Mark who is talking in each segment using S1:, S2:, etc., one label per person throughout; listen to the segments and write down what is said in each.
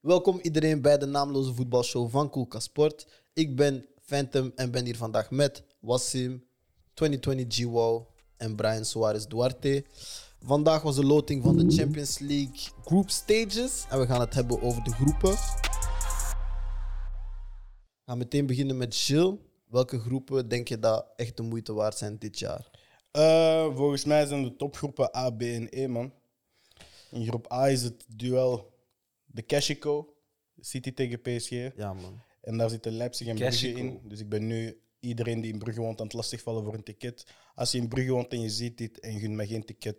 S1: Welkom iedereen bij de naamloze voetbalshow van Koelkast Sport. Ik ben Phantom en ben hier vandaag met Wassim, 2020 G-Wow en Brian Suarez Duarte. Vandaag was de loting van de Champions League Group Stages en we gaan het hebben over de groepen. We gaan meteen beginnen met Gilles. Welke groepen denk je dat echt de moeite waard zijn dit jaar?
S2: Eh, volgens mij zijn de topgroepen A, B en E, man. In groep A is het duel de Casico, City tegen PSG.
S1: Ja, man.
S2: En daar zitten Leipzig en Brugge
S3: Casico.
S2: in. Dus ik ben nu iedereen die in Brugge woont aan het lastigvallen voor een ticket. Als je in Brugge woont en je ziet dit en je gunt mij geen ticket.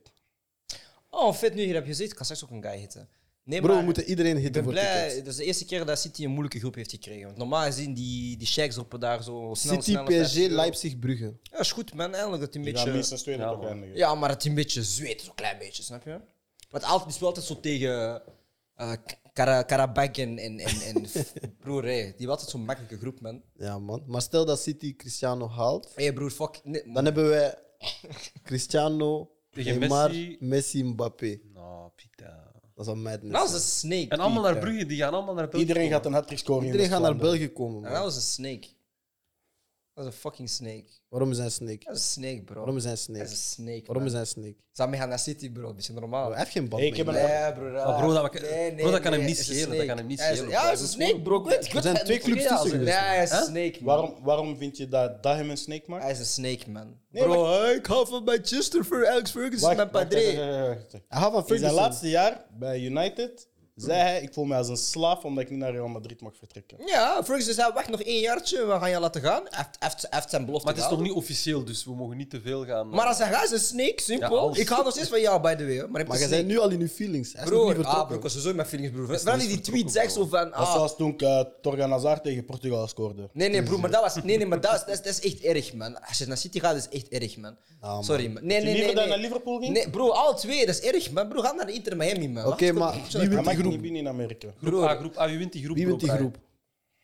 S3: Oh, vet nu je dat hebt gezien. Ik kan straks ook een guy hitten. Nee,
S1: Bro, we
S3: maar
S1: moeten iedereen
S3: ik ben
S1: hitten voor
S3: blij.
S1: tickets.
S3: Dat is de eerste keer dat City een moeilijke groep heeft gekregen. Want normaal gezien, die, die sheiks roepen daar zo snel
S1: City,
S3: snel een
S1: PSG,
S3: 50 euro.
S1: Leipzig, Brugge.
S3: Ja, is goed, man. Eindelijk dat die een
S2: Je gaat
S3: beetje...
S2: minstens tweede
S3: ja,
S2: toch
S3: man.
S2: eindigen.
S3: Ja, maar dat die een beetje zweet. Zo'n klein beetje, snap je? Want altijd, die speelt altijd zo tegen... eh Kara- Karabakh en, en, en, en broer, hey, die hebben altijd zo'n makkelijke groep, man.
S1: Ja, man. Maar stel dat City Cristiano haalt,
S3: Hé, hey, broer, fuck. Nee,
S1: dan hebben wij Cristiano,
S4: Tegen
S1: Neymar, Messi.
S4: Messi.
S1: Mbappé.
S4: Nou, pita.
S1: Dat is een madness.
S3: Nou, dat was een snake.
S4: En allemaal naar Brugge, die gaan allemaal naar België.
S2: Iedereen gaat een hat-trick scoren. in
S1: Iedereen gaat naar
S2: West-Vlaanderen.
S1: België komen,
S3: Ja, Nou, dat
S1: man.
S3: was een snake. Dat was een fucking snake.
S1: Waarom is hij een snake?
S3: Dat is een snake, bro.
S1: Waarom is hij een
S3: Dat
S1: snake?
S3: is een snake.
S1: Waarom is
S3: man. Oh.
S1: hij een snake?
S3: Samen gaan naar City, bro. Beetje normaal.
S1: Bro, Hij heeft geen bal.
S2: Hey, ik heb
S1: meer.
S2: een-
S3: Nee, bro.
S4: Maar bro, dat-
S3: Nee,
S4: bro, dat kan hem niet
S3: is een
S4: schelen, dat
S3: snake.
S4: kan hem niet
S3: Hij is-
S4: schelen,
S3: Ja,
S4: bro.
S3: hij is een snake, bro. Ik weet- ik weet
S1: Er zijn
S3: hij
S1: twee
S3: niet
S1: clubs
S3: verkeerd
S1: tussen
S3: is. Nee,
S1: geweest.
S3: hij is een
S4: Hè?
S3: snake, man.
S2: Waarom, waarom vind je dat, dat hem een snake maakt?
S3: Hij is een snake, man.
S2: Nee,
S3: bro, ik hou van Manchester voor Alex Ferguson
S2: Wacht,
S3: en
S2: wacht, wacht,
S3: Padre.
S2: wacht, wacht, wacht.
S1: Hij gaat van
S2: In zijn
S1: Ferguson.
S2: laatste jaar bij United zei hij: Ik voel me als een slaaf omdat ik niet naar Real Madrid mag
S1: Ah.
S2: vertrekken.
S3: Ja, Ferguson zei, wacht nog één jaartje, we gaan je laten gaan. Hij heeft- hij heeft- hij heeft zijn belofte
S4: Maar het is nog
S3: gehouden.
S4: niet officieel, dus we mogen niet te veel gaan. eh,
S3: Maar als hij gaat, is een snake,
S4: Ja,
S3: simpel.
S4: als-
S3: ik hou nog steeds van jou, by the way. hè. Maar, hij
S1: Maar jij
S3: heeft
S1: bent
S3: een
S1: nu al in je feelings. Hij is nog
S3: snake.
S1: niet
S3: Bro, ah, bro, ik
S1: vertrokken.
S3: was sowieso in mijn feelings, broer. Vooral die tweet
S4: vertrokken,
S3: zegt zo van...
S2: Dat is
S3: ah,
S2: zoals toen ik eh, Torgan Hazard tegen Portugal scoorde.
S3: Nee, nee, broer, maar dat was. Nee, nee, maar dat, is- dat, is- dat is echt erg, man. Als je naar City gaat, is echt erg, man.
S2: Nou,
S1: man.
S3: Sorry, man. Nee,
S2: je
S3: nee, nee.
S2: liever
S3: nee.
S2: dan naar Liverpool ging?
S3: Nee, bro, al twee, dat is erg, man. Bro, ga naar Inter Miami, man.
S1: Oké,
S3: Wacht,
S1: maar
S3: kom,
S1: wie
S2: Hij
S1: wint die
S2: mag niet
S1: groep?
S2: binnen in Amerika.
S4: Groep A, groep A, wie wint die groep?
S1: Wie wint die
S4: bro,
S1: groep?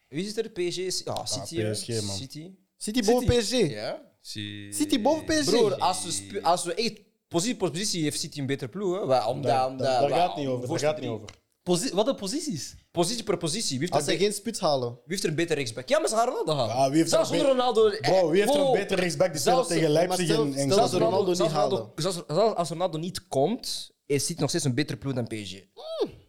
S3: Wie zit er? PSG?
S2: Ah,
S3: Ja, City. hè.
S2: PSG, man.
S3: City.
S1: City boven PSG.
S3: Ja.
S4: Brian?
S1: City boven PSG.
S3: Broer, als we, spe- als we echt positie per positie heeft City een betere ploeg, hè? Waar, om
S2: Daar,
S3: om
S2: daar- daar
S3: waar-
S2: gaat het niet
S3: om
S2: over. Daar
S3: voorste
S2: gaat het niet
S3: drie.
S2: over.
S4: Posi- Wat de posities?
S3: Positie per positie. Wie heeft,
S1: Als
S3: er,
S1: zij
S3: be-
S1: geen spits halen.
S3: wie heeft er een betere rechtsback? Ja, maar ze gaan Ronaldo halen.
S2: Ja, Ah, wie heeft er
S3: Zelfs
S2: een
S3: zonder
S2: be-
S3: Ronaldo.
S1: Eh,
S2: Bro, wie heeft er een
S3: Wow.
S2: betere rechtsback die
S3: Zelfs-
S2: speelt tegen Leipzig
S1: maar stel-
S2: en
S1: stel
S2: Engeland?
S1: dat Ronaldo niet
S3: zelfs Ronaldo-
S1: haalde.
S3: zelfs- zelfs als Ronaldo niet komt, is City nog steeds een betere ploeg dan PSG.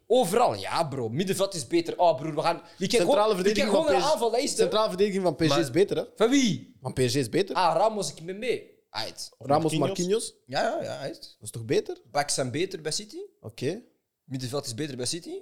S3: Overal, ja bro. Middenveld is beter. Oh broer, we gaan... Je kijkt
S1: Centrale
S3: gewoon, je
S1: verdediging
S3: kijkt gewoon
S1: van
S3: naar de
S1: PSG.
S3: aanval, dat is het, hè.
S1: Centrale verdediging van PSG is
S4: Maar-
S1: beter, hè?
S3: Van wie?
S1: Van PSG is beter.
S3: Ah, Ramos, ik ben mee. Uit.
S1: Ramos,
S2: Marquinhos.
S1: Marquinhos.
S3: Ja, ja, ja, uit.
S1: Dat is toch beter?
S3: Backs zijn beter bij City.
S1: Oké.
S3: Middenveld is beter bij City.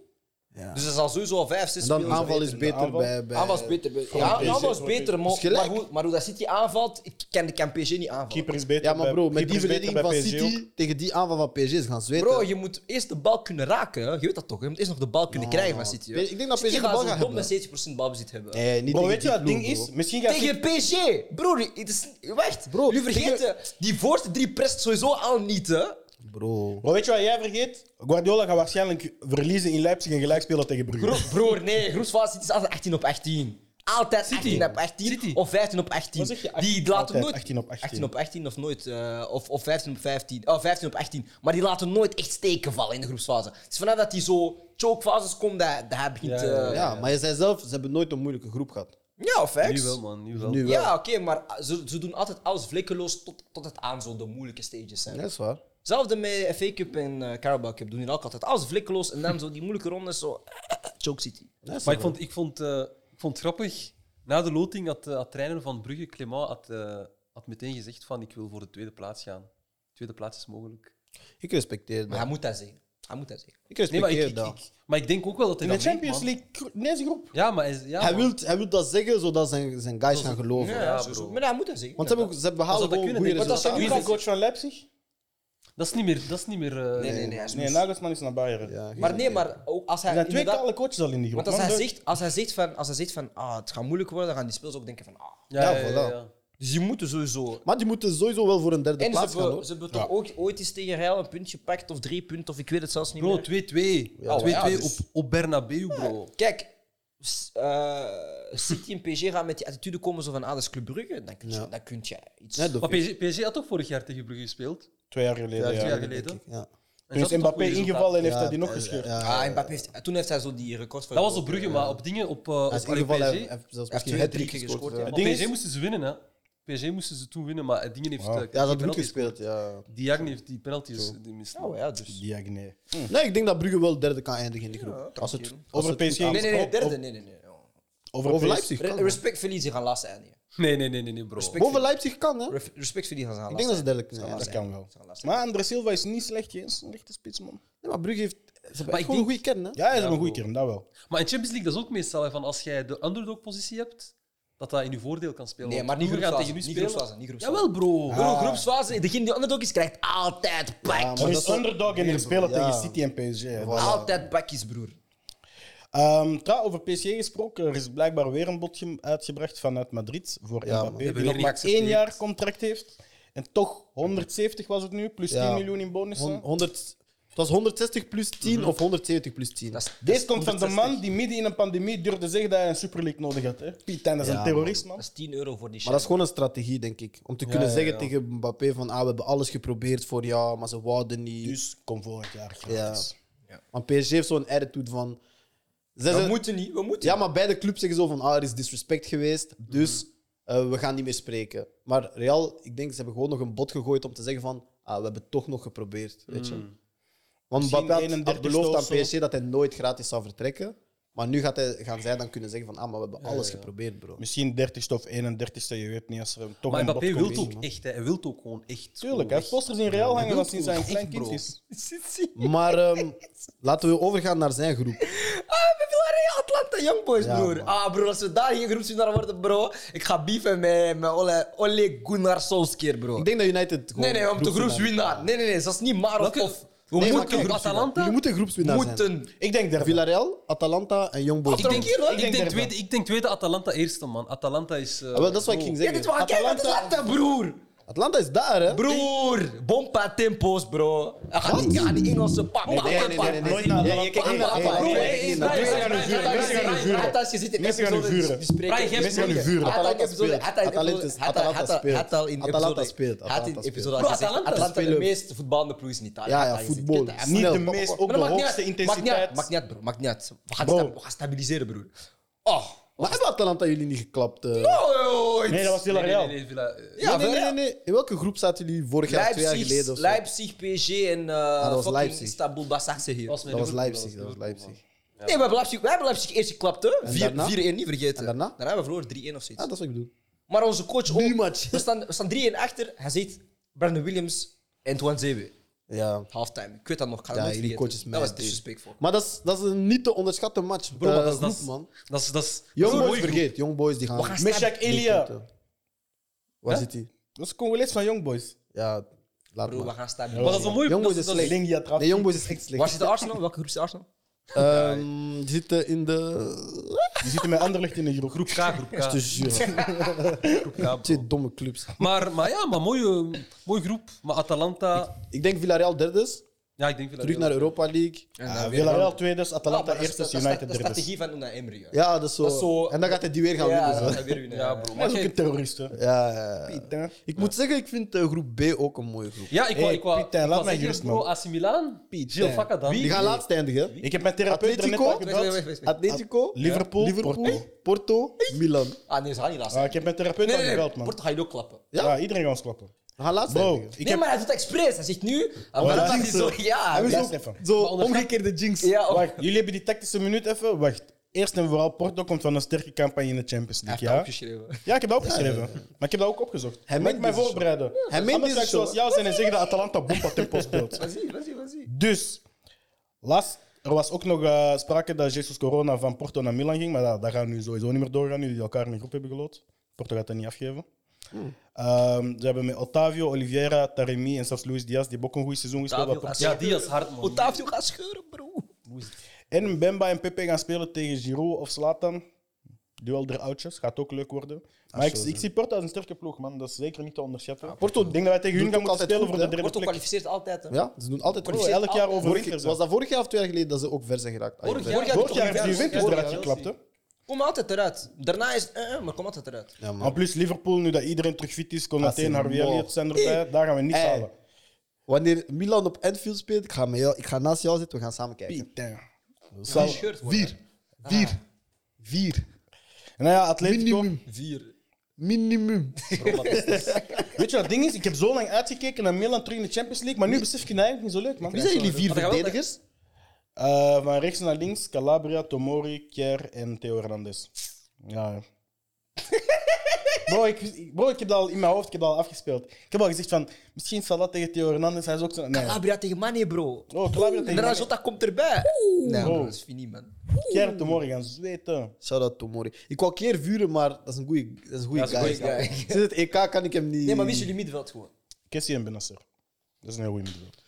S1: Ja.
S3: Dus er zal sowieso al 5, 6
S1: En dan aanval is beter
S2: aanval.
S1: bij... bij-
S3: Aanval is beter. bij-
S2: Gewoon
S3: Ja,
S2: PSG
S3: aanval is
S2: wordt
S3: beter,
S2: beter.
S3: maar,
S1: Is gelijk.
S3: maar, hoe, maar hoe dat City aanvalt, ik kan, kan PSG niet aanvallen.
S2: Keeper is beter.
S1: Ja, maar
S2: bij-
S1: bro, met
S2: keeper
S1: die
S2: is beter
S1: verdediging van
S2: bij PSG
S1: City
S2: ook.
S1: tegen die aanval van PSG is gaan zweten.
S3: Bro, je moet eerst de bal kunnen raken. hè. Je weet dat toch? Je moet eerst nog de bal kunnen krijgen van City. hè.
S1: Ik denk dat
S3: City
S1: PSG de bal
S3: zo'n
S1: gaat
S3: dom
S1: hebben.
S3: met 70% balbezit hebben.
S1: Nee, niet
S2: Bro,
S1: tegen
S2: weet je
S1: die
S2: wat het ding
S1: ploeg, bro.
S2: is? Misschien gaat
S3: Tegen PSG! Broer, het is, wacht.
S1: Bro,
S3: Jullie vergeten, die voorste drie prest sowieso al niet, hè?
S1: Bro.
S2: Bro, weet je wat jij vergeet? Guardiola gaat waarschijnlijk verliezen in Leipzig en gelijk spelen tegen Brugge.
S3: Bro, broer, nee, groepsfase City is altijd 18 op 18. Altijd 18 op 18
S4: City.
S3: of 15 op 18.
S2: Wat zeg je?
S3: Die laten
S2: Altijd
S3: nooit
S2: 18 op 18.
S3: 18 op 18 of nooit, eh, of, of 15 op 15, oh, 15 op 18. Maar die laten nooit echt steken vallen in de groepsfase. Het is vanaf dat die zo chokefases komt, dat, dat hij begint...
S4: Ja, ja,
S3: eh,
S1: Ja, maar je zei zelf, ze hebben nooit een moeilijke groep gehad.
S3: Ja, facts.
S4: Nu wel, man. Nu wel.
S1: Nu wel.
S3: Ja, oké, maar ze, ze doen altijd alles vlekkeloos tot, tot het aan zo de moeilijke stages zijn.
S1: Ja, dat is waar.
S3: Hetzelfde met FA Cup en eh Carabao Cup doen die ook altijd alles vlekkeloos en dan zo die moeilijke rondes zo eh, choke city.
S1: Dat is
S4: Maar ik
S1: waar.
S4: vond, ik, vond, eh, ik vond het grappig. Na de loting had de trainer van Brugge, Clément, had, eh, had meteen gezegd van ik wil voor de tweede plaats gaan. Tweede plaats is mogelijk.
S1: Ik respecteer
S3: Maar hij
S1: dat.
S3: moet dat zeggen. Hij moet dat zeggen.
S1: Ik
S4: Nee, maar ik,
S1: respecteer
S4: ik,
S1: dat.
S4: ik- maar ik denk ook wel dat hij
S2: In de
S4: dat meent,
S2: Champions
S4: man.
S2: League, nee, zijn groep.
S4: Ja, maar... hij- Ja,
S1: Hij
S4: man.
S1: wil hij wil dat zeggen, zodat zijn, zijn guys gaan geloven.
S3: Ja,
S4: ja,
S3: sowieso.
S4: bro.
S3: Maar hij moet dat zeggen.
S1: Want ze, hebben, ook- ze
S4: Als
S1: behalen
S4: dat
S1: gewoon
S4: kunnen,
S1: goede
S4: denk ik.
S2: Wat
S4: Maar
S2: is
S1: resultaten.
S2: nu
S4: Wie
S2: de
S4: is-
S2: coach van Leipzig?
S4: Dat is niet meer... Dat is niet meer eh,
S3: Nee, nee, nee. nou- hij is
S2: Nee,
S3: mis.
S2: Nagelsmann is naar Bayern.
S1: Ja,
S3: maar nee, maar ook als
S2: Er
S3: hij
S2: zijn twee
S3: inderdaad-
S2: kale coaches al in die groep.
S3: Want als
S2: man.
S3: hij zegt, als hij zegt van, als hij zegt van ah, het gaat moeilijk worden, dan gaan die spelers ook denken van ah.
S1: Ja,
S4: Ja, ja, ja,
S1: voilà.
S4: ja.
S3: Dus die moeten sowieso
S1: Maar die moeten sowieso wel voor een derde
S3: en ze
S1: plaats gaan,
S3: hebben,
S1: hoor.
S3: ze hebben toch ook ooit eens tegen Real een puntje gepakt of drie punten of ik weet het zelfs niet
S4: Bro, 2-2.
S3: meer.
S4: 2-2
S3: Oh, ja, dus-
S4: op, op Bernabeu, bro.
S3: Kijk, s- eh, City en PSG gaan met die attitude komen zo van ah, dat is Club Brugge. Dan kun je,
S1: Ja.
S3: dan kun je iets...
S1: Nee, dat
S4: Maar
S1: vind ik-
S4: PSG, PSG had toch vorig jaar tegen Brugge gespeeld?
S2: Twee jaar geleden,
S1: Ja,
S2: ja.
S4: Twee jaar
S1: denk
S4: geleden.
S1: ik, ja.
S2: Toen is
S4: zat het op
S2: Mbappé
S4: goede
S2: ingevallen en heeft
S1: Ja,
S2: hij die nog
S1: ja,
S2: gescheurd.
S1: ja, ja.
S3: Ah, Mbappé heeft, toen heeft hij zo die record voor.
S4: Dat was op Brugge, maar op dingen op, eh op
S1: Hij is in ieder geval hij
S4: PSG.
S1: heeft zelfs
S3: Hij heeft
S1: misschien
S3: een
S1: hat-trick
S3: hat-trick
S1: gescoord.
S3: gescoord,
S1: ja.
S4: Maar
S2: ding
S4: PSG
S2: is-
S4: moesten ze winnen, hè. PSG moesten ze toen winnen, maar dingen heeft...
S2: Wauw.
S4: eh,
S2: Ja,
S4: die
S1: Ja, dat
S4: penalty
S1: goed gespeeld.
S4: gescoord.
S1: Ja.
S4: Diagne heeft die penalties die mist.
S3: Oh ja, dus.
S2: Diagne.
S1: Nee, ik denk dat Brugge wel derde kan eindigen in de groep. Als het, als
S2: Over
S1: het goed
S2: PSG.
S1: aan-
S3: Nee, nee, nee,
S2: Op-
S3: derde.
S2: op-
S3: Nee, nee, nee. oh.
S2: Over,
S1: Over
S2: PS-
S1: Leipzig
S3: Re-
S1: kan.
S3: Respect voor Lizzie gaan laatste eindigen.
S4: Nee, nee, nee, nee, nee, bro.
S3: Respect.
S1: Boven Leipzig kan, hè?
S3: Ref- Respect voor die gaan ze gaan
S1: Ik denk dat ze derde kunnen
S2: Dat
S1: eindigen.
S2: kan wel. Maar André Silva is niet slecht, geen slechte spits, man.
S1: Nee, maar Brugge heeft ze hebben echt
S4: ik
S1: gewoon een goede kern, hè?
S2: Ja, hij is
S4: Ja,
S2: een goede
S4: bro.
S2: kern, dat wel.
S4: Maar in Champions League, dat is ook meestal hè, van als jij de underdog-positie hebt, dat dat in je voordeel kan spelen.
S3: Nee,
S4: Want
S3: maar niet
S4: ploegen gaan
S3: groepsfase,
S4: tegen u
S3: niet
S4: spelen.
S3: groepsfase, niet groepsfase.
S4: Jawel,
S1: Ah.
S4: bro.
S3: Bro, groepsfase, degene die underdog is, krijgt altijd
S2: Ja,
S3: pak.
S2: maar
S1: dat
S2: is
S1: is-
S2: underdog en er spelen
S1: Ja.
S2: tegen City en PSG. hè.
S1: Voilà.
S3: Altijd pakjes, broer.
S2: Ehm trouw, over PSG gesproken, er is blijkbaar weer een bod ge- uitgebracht vanuit Madrid voor
S1: Ja, man.
S2: Mbappé,
S4: Hebben
S2: die nog
S4: we niet
S2: maar
S4: geaccepteerd.
S2: één jaar contract heeft. En toch 170 was het nu, plus
S1: Ja.
S2: 10 miljoen in bonussen.
S1: Hon- 100, het was 160 plus 10
S4: Mhm.
S1: of 170 plus 10.
S3: Dat is
S2: Deze komt van de
S3: 160.
S2: man die midden in een pandemie durfde zeggen dat hij een Super League nodig had. Hè? Pietijn, dat is
S1: Ja,
S2: een terrorist, man.
S3: Dat is 10 euro voor die
S1: maar dat is gewoon een strategie, denk ik. Om te kunnen
S4: ja,
S1: zeggen
S4: ja.
S1: tegen Mbappé van ah, we hebben alles geprobeerd voor jou, maar ze wouden niet.
S2: Dus kom volgend jaar
S1: ja.
S2: gratis.
S1: Want PSG heeft zo'n attitude van... Ze
S3: Dus, We
S1: zijn-
S3: moeten niet, we moeten
S1: ja, maar beide clubs zeggen zo van ah, er is disrespect geweest, dus
S3: Mhm.
S1: eh, we gaan niet meer spreken. Maar Real, ik denk, ze hebben gewoon nog een bot gegooid om te zeggen van ah, we hebben toch nog geprobeerd. Weet
S3: Mhm.
S1: je? Want
S2: Misschien
S1: Mbappé had- had,
S2: 31ste
S1: beloofd aan
S2: of zo.
S1: PSG dat hij nooit gratis zou vertrekken. Maar nu gaat hij, gaan zij dan kunnen zeggen van ah, maar we hebben alles geprobeerd, bro.
S2: Misschien 30ste of 31ste, je weet niet als er toch
S4: Maar
S2: een bod
S4: Mbappé
S2: komt.
S4: wil ook echt, hè. hij wil ook gewoon echt.
S2: Tuurlijk, hij heeft posters in Real hangen als hij
S4: wilt
S2: zijn
S4: gewoon
S2: klein
S4: echt,
S2: kind
S4: bro.
S2: is.
S1: Maar ehm, laten we overgaan naar zijn groep.
S3: We willen Real Atlanta Young Boys,
S1: Ja,
S3: broer.
S1: man.
S3: Ah, broer, als we daar geen groepswinnaar worden, bro. Ik ga beefen met, met Ole, Ole Gunnar Solskjaer, bro.
S1: Ik denk dat United gewoon
S3: nee, nee, om de groepswinnaar. Nee, nee, nee, dat is niet maar of.
S4: Welke-
S3: of. We
S1: Nee, maar
S3: moeten
S1: kijk,
S3: Atalanta.
S1: Jullie moeten groepswinnaar zijn.
S3: moeten.
S2: Ik denk daar
S1: Villarreal, Atalanta en Young Boys.
S4: Ik denk,
S3: Keer, hoor.
S4: ik, denk
S2: derde.
S4: tweede, ik denk tweede Atalanta eerste, man. Atalanta is. eh,
S1: Ah, wel, dat is wat ik ging
S3: Ja,
S1: zeggen.
S3: dit was kijk,
S1: Atalanta,
S3: Atalanta, broer.
S1: Atalanta is daar, hè?
S3: Broer, bompa tempos, bro. Hij gaat niet gaan, die Engelse pak. Nee,
S2: Nooit naar
S1: Ja, je kijkt niet naar Atalanta.
S3: Broer,
S1: Je kijkt
S3: hey,
S1: niet
S3: is
S1: naar
S3: nice.
S1: Atalanta.
S2: Mensen gaan nu vuren, mensen gaan nu vuren.
S3: Atas, je zit in
S2: Mensen gaan nu
S3: episode,
S2: vuren.
S3: die spreken.
S4: Brian, jij
S2: Mensen gaan nu vuren.
S3: Had al in
S1: Atalanta
S3: episode-
S1: speelt.
S3: had al in
S1: Atalanta
S3: episode-
S1: is-
S3: had
S1: Atalanta
S3: al- had al- had al in
S1: speelt. Atalanta
S3: episode-
S1: speelt.
S3: Had in
S1: Atalanta
S3: episode al
S4: speelt.
S3: gezegd,
S4: Bro, Atalanta
S3: Atalanta is de
S1: spelen-
S3: meest voetballende ploeg in Italië.
S1: Ja,
S3: Had
S1: ja,
S3: al gezegd,
S1: voetbal.
S3: dit, hè.
S2: Niet
S1: Snel.
S2: de meest, ook
S3: Maar
S2: de
S3: dat maakt niet
S2: hoogste
S3: uit, Maakt niet
S2: intensiteit.
S3: uit, maakt niet uit, bro. Maakt niet uit. We gaan,
S2: Bro.
S3: sta- we gaan stabiliseren, broer. Oh.
S1: Maar hebben Atalanta jullie niet geklapt? eh?
S2: Nee, dat was
S4: nee, nee,
S2: Villarreal.
S4: nee, Villa- eh,
S3: Ja,
S1: nee, nee, nee,
S3: Villarreal.
S1: nee. In welke groep zaten jullie vorig jaar, twee jaar
S3: Leipzig,
S1: geleden? Of zo? Ah,
S3: Leipzig, PSG en eh
S1: dat was
S3: fucking
S1: Leipzig.
S3: Istanbul Basaksehir. hier.
S4: was met
S1: Dat was
S4: Liverpool,
S1: Leipzig, dat was
S4: Liverpool,
S1: Leipzig.
S3: Nee, we hebben Leipzig, we hebben Leipzig eerst geklapt, hè?
S1: En
S3: Vier-
S1: daarna?
S3: 4-1, niet vergeten.
S1: En daarna?
S3: hebben we verloren 3-1 of zoiets.
S1: Ja, Ah, dat is wat ik bedoel.
S3: Maar onze coach ook.
S1: Die match.
S3: We staan, we staan 3-1 achter. Hij ziet Brandon Williams en Antoine Zewe.
S1: Ja.
S3: Halftime. Ik weet dat nog. Ik ga dat
S1: Ja,
S3: nooit
S1: jullie
S3: vergeten.
S1: coach is
S3: Dat
S1: mad,
S3: was
S1: dude.
S3: disrespectful.
S1: Maar dat is, dat is een niet te onderschatten match.
S4: Bro, maar
S1: eh,
S4: dat is, dat
S1: groep,
S4: is,
S1: man.
S4: Dat is, dat is,
S1: Young
S4: dat is een
S1: Boys,
S4: mooie groep.
S1: vergeet. Young Boys, die gaan...
S3: We gaan
S1: die
S2: Meshack Elia.
S1: punten. Waar
S4: Hè?
S1: zit hij?
S2: Dat is Congolees van Youngboys.
S1: Ja, laat
S3: Bro, we
S1: maar.
S3: gaan staan.
S4: Maar dat is een mooie
S1: Young
S4: dat
S1: Boys is
S4: dat
S1: slecht.
S2: Lengia Trafic.
S1: Nee, Young Boys is echt
S3: Waar
S1: slecht.
S3: zit de Arsenal? Welke groep is de Arsenal?
S1: Ehm, Die zitten in de...
S2: Die zitten met Anderlecht in de groep.
S4: Groep K, groep K.
S1: Te zuur.
S4: groep K, bro.
S1: Twee domme clubs.
S4: Maar, maar ja, maar mooie, mooie groep. Maar Atalanta.
S1: Ik denk Villarreal derde is.
S4: Ja, ik denk Villarreal.
S1: Terug naar Europa League.
S2: Ah, Villarreal tweede, is, Atalanta eerste, is
S3: United.
S2: United
S3: Ah, De
S2: derde. is.
S3: strategie van Una Emery. ja.
S1: Ja, dat is zo.
S3: Dat is zo-
S1: En dan gaat hij die weer gaan
S3: Ja,
S1: winnen.
S3: dat
S1: zo.
S3: gaat weer winnen.
S4: Ja, bro.
S2: Hij
S4: Maar
S2: is ook
S4: jij-
S2: een terrorist, hè.
S1: Ja, ja, ja.
S2: Pietijn.
S1: Ik moet zeggen, ik vind eh, groep B ook een mooie groep.
S4: Ja, ik wou...
S2: Hey,
S4: ik wou
S2: Pieter,
S1: eh,
S4: ik
S2: laat
S4: wou
S2: mij
S4: zeggen,
S2: gerust,
S4: bro,
S2: man.
S4: AC Milan,
S2: Pieter.
S4: Gil Fakka dan.
S1: Die gaan laatst eindigen. hè?
S2: Ik heb mijn therapeut er net
S1: Atletico?
S2: uit
S3: Wacht, wacht, wacht,
S2: gebeld.
S3: wacht, wacht.
S1: Atletico,
S2: Liverpool,
S1: Liverpool,
S2: Porto.
S1: Porto, Milan.
S3: Ah, nee, ze gaan niet laatst.
S2: Ah, ik heb mijn therapeut
S3: Nee,
S2: al
S3: nee, nee.
S2: gebeld, man.
S3: Porto ga je ook klappen.
S1: Ja?
S2: Ja, iedereen gaat ons klappen.
S1: We gaan laatst
S2: Bro,
S1: eindigen.
S2: ik
S3: nee,
S2: heb...
S3: maar hij doet dat expres. Hij zegt nu. Ah, maar
S2: dat
S3: dat
S2: is
S3: is hij zo.
S1: zo.
S3: Ja,
S1: Hij
S3: ja.
S1: wil
S2: Luister
S1: zo,
S2: even.
S1: zo
S4: Maar onderschat-
S1: omgekeerde jinx.
S3: ja, oh.
S2: Wacht, jullie hebben die tactische minuut even. Wacht. Eerst en vooral, Porto komt van een sterke campagne in de Champions
S3: Hij heeft
S2: League,
S3: dat
S2: ja?
S3: opgeschreven.
S2: Ja, ik heb dat opgeschreven. Maar ik heb dat ook opgezocht.
S1: Hij
S2: Hij moet
S1: meent
S2: mij
S1: deze
S2: voorbereiden.
S1: Hij meent
S2: Anders
S1: deze
S2: zou ik
S1: show,
S2: zoals jou zijn en zeggen dat Atalanta bompa tempo speelt.
S3: Wat zie je, wat zie je, wat zie je?
S2: Dus, last, er was ook nog eh, sprake dat Jesus Corona van Porto naar Milan ging, maar dat, dat gaat nu sowieso niet meer doorgaan, nu die elkaar in een groep hebben gelood. Porto gaat dat niet afgeven. Ehm, ze hebben met Otavio, Oliveira, Taremi en zelfs Luis Diaz, die hebben ook een goed seizoen gespeeld. bij
S3: Otavio
S2: Porto.
S3: gaat
S4: Ja,
S3: scheuren.
S4: die is hard, man.
S3: Otavio gaat scheuren, bro.
S2: En Bemba en Pepe gaan spelen tegen Giroud of Slatan. Duel der oudjes, gaat ook leuk worden.
S1: Ah,
S2: Maar ik, ik zie Porto als een sterke ploeg, man. Dat is zeker niet te onderschatten. Porto, ik denk dat wij tegen hun
S1: doet
S2: gaan
S1: ook
S2: moeten
S1: altijd
S2: spelen
S1: goed,
S2: voor de
S1: hè?
S2: derde
S3: Porto
S2: plek.
S3: kwalificeert altijd, hè.
S1: Ja, ze doen altijd
S2: Bro, elk jaar overwinteren
S1: Vorig,
S2: ze.
S1: was dat vorig jaar of twee jaar geleden dat ze ook ver zijn geraakt?
S4: Vorig
S1: Ah,
S4: jaar-
S3: Vorig jaar
S2: Vorig jaar
S3: toch
S2: hebben ze
S3: niet
S2: Juventus
S3: ver-
S2: eruit
S4: Chelsea.
S2: geklapt, hè?
S3: Kom altijd eruit. Daarna is eh, eh, maar kom altijd eruit.
S1: Ja,
S2: En
S1: man.
S2: plus Liverpool, nu dat iedereen terug fit is,
S1: Dat is
S2: Konaté, Harvey
S1: mooi.
S2: Elliott zijn erbij. Daar gaan we niks
S1: Hey.
S2: halen.
S1: Wanneer Milan op Anfield speelt, ik ga, met jou, ik ga naast jou zitten, we gaan samen kijken.
S2: Pieter.
S1: Zal-
S3: gescheurd worden.
S1: vier. Vier. Vier.
S2: Nou ja, Atletico.
S1: Minimum.
S4: Vier.
S1: Minimum.
S2: Weet je wat het ding is? Ik heb zo lang uitgekeken naar Milan terug in de Champions League, maar nu besef ik het eigenlijk niet zo leuk, man.
S1: Wie zijn jullie vier
S4: Maar dat gaat wel-
S1: verdedigers?
S2: Eh, van rechts naar links, Calabria, Tomori, Kier en Theo Hernandez. Ja. Bro ik, ik- bro, ik heb dat al in mijn hoofd ik heb dat al afgespeeld. Ik heb al gezegd van, misschien Salat tegen Theo Hernandez, hij is ook zo... Nee.
S3: Calabria tegen Mane, bro.
S2: Oh, Calabria tegen Mane.
S3: Rajota komt erbij. Nee, bro,
S2: Oeh.
S3: dat is fini, man.
S2: Kier en Tomori gaan zweten.
S1: Shout out Tomori. Ik wou keer vuren, maar dat is een goede dat is een goeie
S4: Dat is een
S1: guy.
S3: goeie guy.
S1: Sinds het EK kan ik hem niet.
S3: Nee, maar wie is jullie middenveld gewoon?
S2: Kessie en Benasser. Dat is een heel goeie middenveld.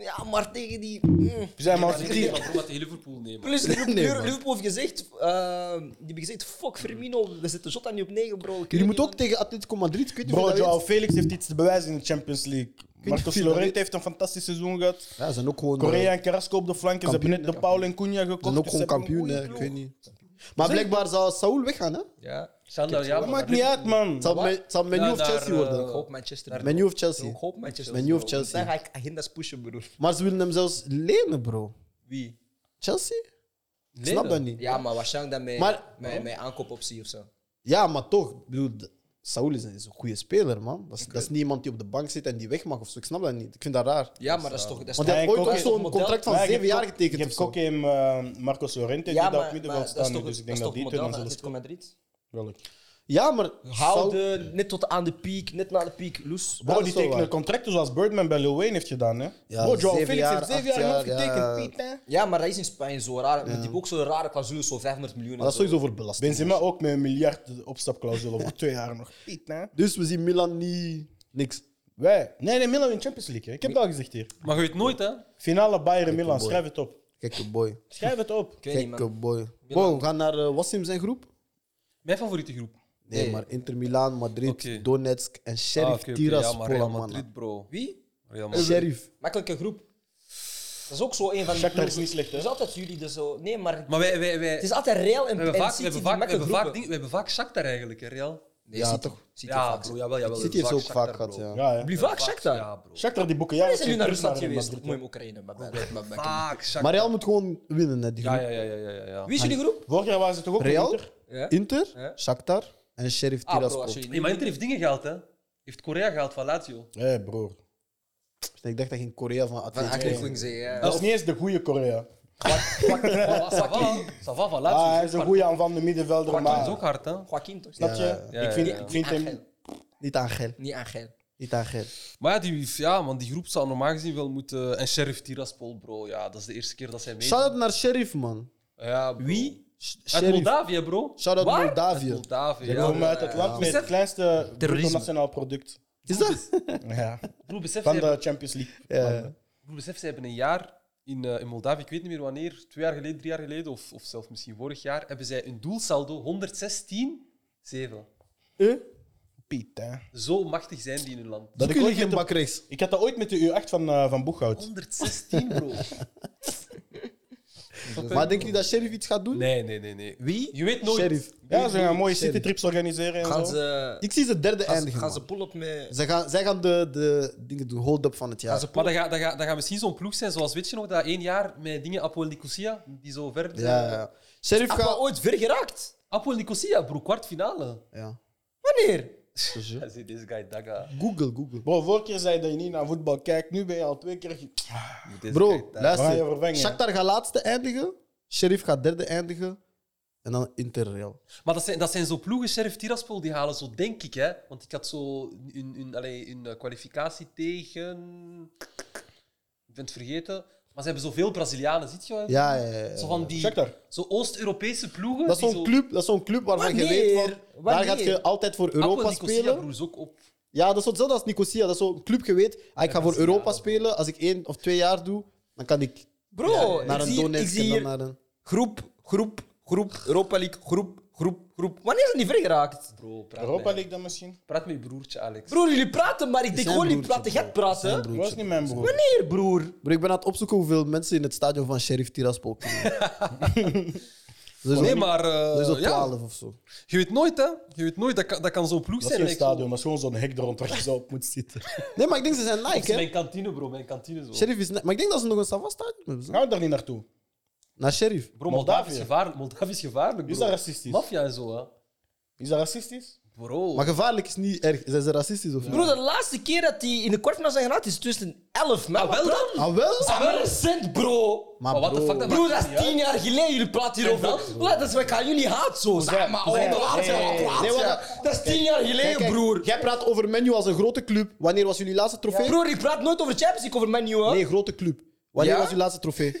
S3: Ja, maar tegen die... mm.
S2: We zijn maar...
S4: Maar ik denk dat Roma tegen Liverpool nemen.
S3: Plus, Liverpool,
S1: Nee, man.
S3: Liverpool heeft gezegd... eh, die hebben gezegd, fuck Firmino, we zetten Jota niet op 9, bro. Ik weet
S1: Jullie moeten
S3: niet,
S1: ook tegen Atletico Madrid. Ik weet niet of je dat
S2: Bro, Joao
S1: weet.
S2: Felix heeft iets te bewijzen in de Champions League. Marcos
S1: veel dat
S2: Llorente
S1: weet.
S2: heeft een fantastisch seizoen gehad.
S1: Ja, ze zijn ook gewoon. eh,
S2: Correa en Carrasco op de flanken. Ze hebben
S1: Kampioen,
S2: net de Paul en Cunha gekocht.
S1: Ze zijn ook
S2: dus
S1: gewoon
S2: hebben
S1: kampioen,
S2: een goeie
S1: hè. ik
S2: ploeg.
S1: weet niet. Maar blijkbaar zou Saul weggaan, hè?
S3: man. Ja.
S4: Sander, ja,
S2: Dat
S4: maar
S2: maakt niet uit, man.
S1: Het zal
S3: Wat?
S1: me- het zal Menu
S4: Ja,
S1: of
S4: daar,
S1: Chelsea
S4: eh,
S3: Ik
S1: worden.
S3: hoop Manchester.
S1: Menu of
S3: Ik
S1: Chelsea.
S3: hoop Manchester.
S1: Menu of
S3: bro.
S1: Chelsea.
S3: Dan ga ik Agendas pushen, broer.
S1: Maar ze willen hem zelfs lenen, bro.
S4: Wie?
S1: Chelsea? Ik
S4: Lenen?
S1: snap dat niet.
S3: Ja, maar waarschijnlijk dan met,
S1: Maar-
S3: met, met aankoopoptie of zo.
S1: Ja, maar toch. Ik bedoel, de- Saul is een, is een goede speler, man. Dat is, dat is niet iemand die op de bank zit en die weg mag of zo. Ik snap dat niet. Ik vind dat raar.
S3: Ja, maar dat is toch... Dat is
S1: Want
S3: toch-
S1: hij heeft ooit
S2: Koke-
S1: ook zo'n
S3: model-
S1: contract van
S2: Maar je
S1: zeven
S2: hebt
S1: jaar
S2: ook-
S1: getekend.
S2: Je
S1: of
S2: hebt
S1: zo.
S2: ook een eh, Marcos Llorente die daar op middenveld
S3: dat
S2: staat
S3: is
S2: nu.
S3: toch,
S2: Dus ik
S3: dat
S2: denk
S3: is
S2: dat
S3: toch
S2: die twee
S3: model
S2: dan
S3: van
S2: zullen
S3: Atletico
S2: spelen.
S3: Madrid?
S2: Welk?
S1: Ja, maar Saul-
S3: Houden, net tot aan de piek, net na de piek, loes.
S1: dat is
S2: Bro, die
S1: wel waar.
S2: tekenen contracten zoals Birdman bij Lil Wayne heeft gedaan. Hè?
S1: Ja,
S2: Bro, Joao
S1: zeven
S2: Felix
S1: jaar,
S2: heeft zeven
S1: acht
S2: jaar nog
S1: jaar,
S2: getekend.
S1: ja.
S2: Piet, hè?
S3: Ja, maar dat is in Spanje zo raar. Met die ook zo'n rare clausule, zo 500 miljoen.
S1: Maar dat is sowieso voor belasting.
S2: Benzema ook met een miljard opstapclausule over twee jaar nog. Piet, hè?
S1: Dus we zien Milan niet niks.
S2: Wij. Nee, nee, Milan in Champions League. Hè? Ik heb dat al gezegd hier.
S4: Maar je weet nooit, hè?
S2: Finale Bayern Milan.
S1: boy.
S2: Schrijf het op.
S1: Gekke boy.
S2: Schrijf het op.
S3: Ik weet niet,
S1: Gekke
S3: man.
S1: boy. Wow, we gaan naar eh, Wassim zijn groep.
S4: Mijn favoriete groep.
S1: Nee,
S3: Nee.
S1: maar Inter Milan, Madrid,
S4: Oké.
S1: Donetsk en Sheriff
S4: Ah, oké, oké, ja,
S1: Tiraspol,
S4: maar Real
S1: man.
S4: Madrid, bro.
S3: Wie?
S4: Real Madrid.
S1: Sheriff.
S3: Makkelijke groep. Dat is ook zo een van die...
S2: Shakhtar is
S3: ploegen.
S2: niet slecht, hè?
S3: Dat is altijd jullie, dus zo... Nee, maar...
S4: Maar wij, wij, wij,
S3: Het is altijd Real en,
S4: we hebben
S3: en
S4: vaak,
S3: City
S4: we hebben
S3: die
S4: vaak, we
S3: makkelijke
S4: hebben vaak,
S3: groepen.
S4: ding, we hebben vaak Shakhtar eigenlijk, hè, Real.
S3: Nee,
S1: Ja,
S3: City.
S1: toch?
S3: City
S4: Ja,
S3: vaak.
S4: bro, jawel, jawel.
S1: City heeft ze ook vaak
S4: Shakhtar,
S1: gehad,
S4: bro.
S1: ja.
S2: Ja, ja.
S3: Jullie vaak Shakhtar?
S4: Ja, bro.
S2: Shakhtar die boeken. Ja,
S3: Waar zijn jullie naar
S2: terug
S3: Rusland
S2: Real
S3: geweest?
S2: Madrid,
S3: Mooi
S2: hè.
S3: in Oekraïne. maar- maar- maar- maar-
S4: Vaak Shakhtar.
S1: Maar Real moet gewoon winnen, hè, die
S4: Ja,
S1: groep.
S4: ja, ja, ja, ja, ja, ja.
S3: Wie is jullie groep?
S2: Vorig jaar waren ze toch ook
S1: Real?
S2: Inter?
S3: Ja.
S1: Inter,
S3: Ja.
S1: Shakhtar en Sheriff
S3: Ah, bro,
S1: Tiraspol.
S3: als jullie
S4: Nee,
S3: niet...
S4: maar Inter heeft dingen gehaald, hè. Heeft Korea gehaald van Lazio.
S2: Hé, hey, broer.
S1: Ik dacht dat ging Korea van
S3: Van
S1: Atletico.
S3: Akeling zeggen, ja.
S2: Dat is niet eens de goede Korea.
S4: Ça va, hè. Ça va van Lazio.
S2: Ah, hij is een goede aanvallende middenvelder,
S4: Joaquin
S2: maar...
S4: is ook hard, hè.
S3: Joaquin, toch?
S2: Snap je?
S1: Ja,
S4: ja,
S2: ik vind,
S4: ja, ja.
S2: Ik vind hem...
S3: Angel.
S1: Niet aan geld.
S3: Niet Angel.
S1: Niet aan geld.
S4: Maar ja, die, ja, man, die groep zou normaal gezien wel moeten... En Sheriff Tiraspol, bro. Ja, dat is de eerste keer dat zij mee...
S1: Shout-out naar Sheriff, man.
S4: Ja, bro.
S3: Wie?
S1: Sh-
S4: Uit
S1: Sheriff.
S4: Moldavië, bro.
S1: Shout-out
S3: Waar?
S4: Uit
S1: Moldavië.
S4: Moldavië,
S2: Ik
S4: ja.
S2: kom uit het land met het kleinste
S3: Terrorisme.
S2: nationaal product.
S1: Is dat?
S2: Ja.
S4: Broer, besef,
S2: Van
S4: zij-
S2: de Champions League.
S1: Ja.
S4: broer, besef, zij hebben een jaar in, eh, in Moldavië, ik weet niet meer wanneer, twee jaar geleden, drie jaar geleden, of, of zelfs misschien vorig jaar, hebben zij een doelsaldo 116-7.
S1: Eh?
S2: Piet, hè.
S4: Zo machtig zijn die in hun land.
S1: Dat ik
S2: kunnen
S1: ook geen
S2: geen-
S1: bak rechts.
S2: Ik had dat ooit met de U8 van, eh, van Boeghout.
S4: Oh, 116, bro.
S1: Maar denk je dat Sheriff iets gaat doen?
S4: Nee, nee, nee, nee.
S3: Wie?
S4: Je weet nooit.
S1: Sheriff.
S2: Ja, ze gaan mooie
S1: Sheriff.
S2: citytrips organiseren en
S3: Gaan
S2: zo.
S3: ze...
S1: Ik zie ze derde
S3: Gaan ze,
S1: eindigen.
S3: gaan ze
S1: man.
S3: pull-up met...
S1: Zij gaan, zij gaan de, de, dingen doen, hold-up van het jaar.
S3: Gaan ze
S4: Maar
S3: pull-up
S4: dat gaat, dat, gaat, dat gaat misschien zo'n ploeg zijn, zoals weet je nog, dat één jaar met dingen Apoel Nicosia, die zo ver zijn.
S1: Ja, ja, ja. Sheriff
S3: Appa
S1: gaat...
S3: ooit ver geraakt?
S4: Apoel Nicosia, bro, kwartfinale.
S1: Ja.
S3: Wanneer?
S4: Ja, zie, deze guy, Daga.
S1: Google, Google.
S2: Bro, vorige keer zei je dat je niet naar voetbal kijkt. Nu ben je al twee keer... ge-
S4: Deze guy,
S1: Bro,
S2: We
S4: Daga.
S2: gaan je
S1: luister.
S2: vervangen.
S1: Shakhtar gaat laatste eindigen. Sheriff gaat derde eindigen. En dan Interrail.
S4: Maar dat zijn, dat zijn zo ploegen, Sheriff Tiraspol, die halen zo, denk ik. Hè? Want ik had zo een, een, allee, een eh, kwalificatie tegen... Ik ben het vergeten. Maar ze hebben zoveel Brazilianen, ziet je wel?
S1: Ja, ja, ja. ja.
S4: Zo van die
S2: Shakhtar.
S4: zo Oost-Europese ploegen.
S1: Dat is
S4: die
S1: zo'n
S4: zo-
S1: club, dat is zo'n club waarvan je
S3: Wanneer?
S1: weet van... Daar
S3: Wanneer?
S1: gaat je altijd voor
S4: Apoel
S1: Europa
S4: Nicosia,
S1: spelen.
S4: broers, ook op.
S1: Ja, dat is hetzelfde als Nicosia. Dat is zo'n club, je weet... ah, ik ga voor
S4: Nicosia,
S1: Europa
S4: bro.
S1: spelen. Als ik één of twee jaar doe, dan kan ik
S3: Bro,
S4: Oh,
S1: naar een
S3: ik, zie, hier- ik
S1: Donetsk
S3: zie
S1: en dan eh,
S3: hier
S1: naar een...
S3: groep, groep, groep, Europa League, groep, groep, groep. Wanneer is het niet ver geraakt?
S4: Bro, praat,
S2: Europa
S4: met,
S2: League dan misschien?
S4: praat met je broertje, Alex.
S3: Broer, jullie praten, maar ik denk
S1: Zijn
S3: gewoon jullie
S1: broertje,
S3: praten
S1: bro.
S3: gek praten.
S1: Zijn
S3: hè?
S2: Dat
S1: broertje.
S2: was niet mijn broer.
S3: Wanneer, broer?
S1: Dus Bro, ik ben aan het opzoeken hoeveel mensen in het stadion van Sheriff Tiraspol kunnen. Sowieso-
S4: Nee, maar... eh,
S1: sowieso
S4: ja.
S1: 12 of zo.
S4: Je weet nooit, hè. Je weet nooit, dat kan, dat kan zo'n ploeg
S2: Dat is
S4: zijn.
S2: geen
S4: like,
S2: stadion, dat is gewoon zo'n hek eronder waar je zo op moet zitten.
S1: Nee, maar ik denk ze zijn
S4: zo- Of
S1: Nike, hè?
S4: Mijn kantine, bro. Mijn kantine, zo.
S1: Sheriff is Nike. Maar ik denk dat ze nog een Savastadium hebben. zo.
S2: Gaan we daar niet naartoe?
S1: Naar Sheriff.
S4: Bro, Moldavië,
S2: Moldavië.
S4: is gevaarlijk. Moldavië is gevaarlijk, bro.
S2: Is dat racistisch?
S4: Mafia en zo, hè.
S2: Is dat racistisch?
S4: Bro.
S1: Maar gevaarlijk is niet erg. Zijn ze racistisch of niet?
S3: Bro, de laatste keer dat hij in de kwartfinale zijn geraakt is 2011, man.
S4: Ah, wel
S3: Wat
S4: dan?
S1: Ah, wel?
S3: Dat is wel recent, bro.
S1: Maar
S4: Maar what the
S1: bro,
S4: fuck, dat
S3: Bro,
S4: maakt
S3: dat is
S4: niet uit.
S3: tien jaar geleden. Jullie praten hierover.
S4: En
S3: Bro, dat is wat ik aan jullie haat zo. Zeg maar, oh,
S2: nee,
S3: Kroatië,
S2: nee, nee, nee.
S3: Kroatië.
S1: Nee, wat-
S3: Dat is tien jaar geleden,
S1: Kijk, kijk,
S3: broer.
S1: Jij praat over Menu als een grote club. Wanneer was jullie laatste trofee?
S3: Broer, ik praat nooit over Champions League, over Man U, hè.
S1: Nee, grote club. Wanneer
S3: Ja?
S1: was uw laatste trofee?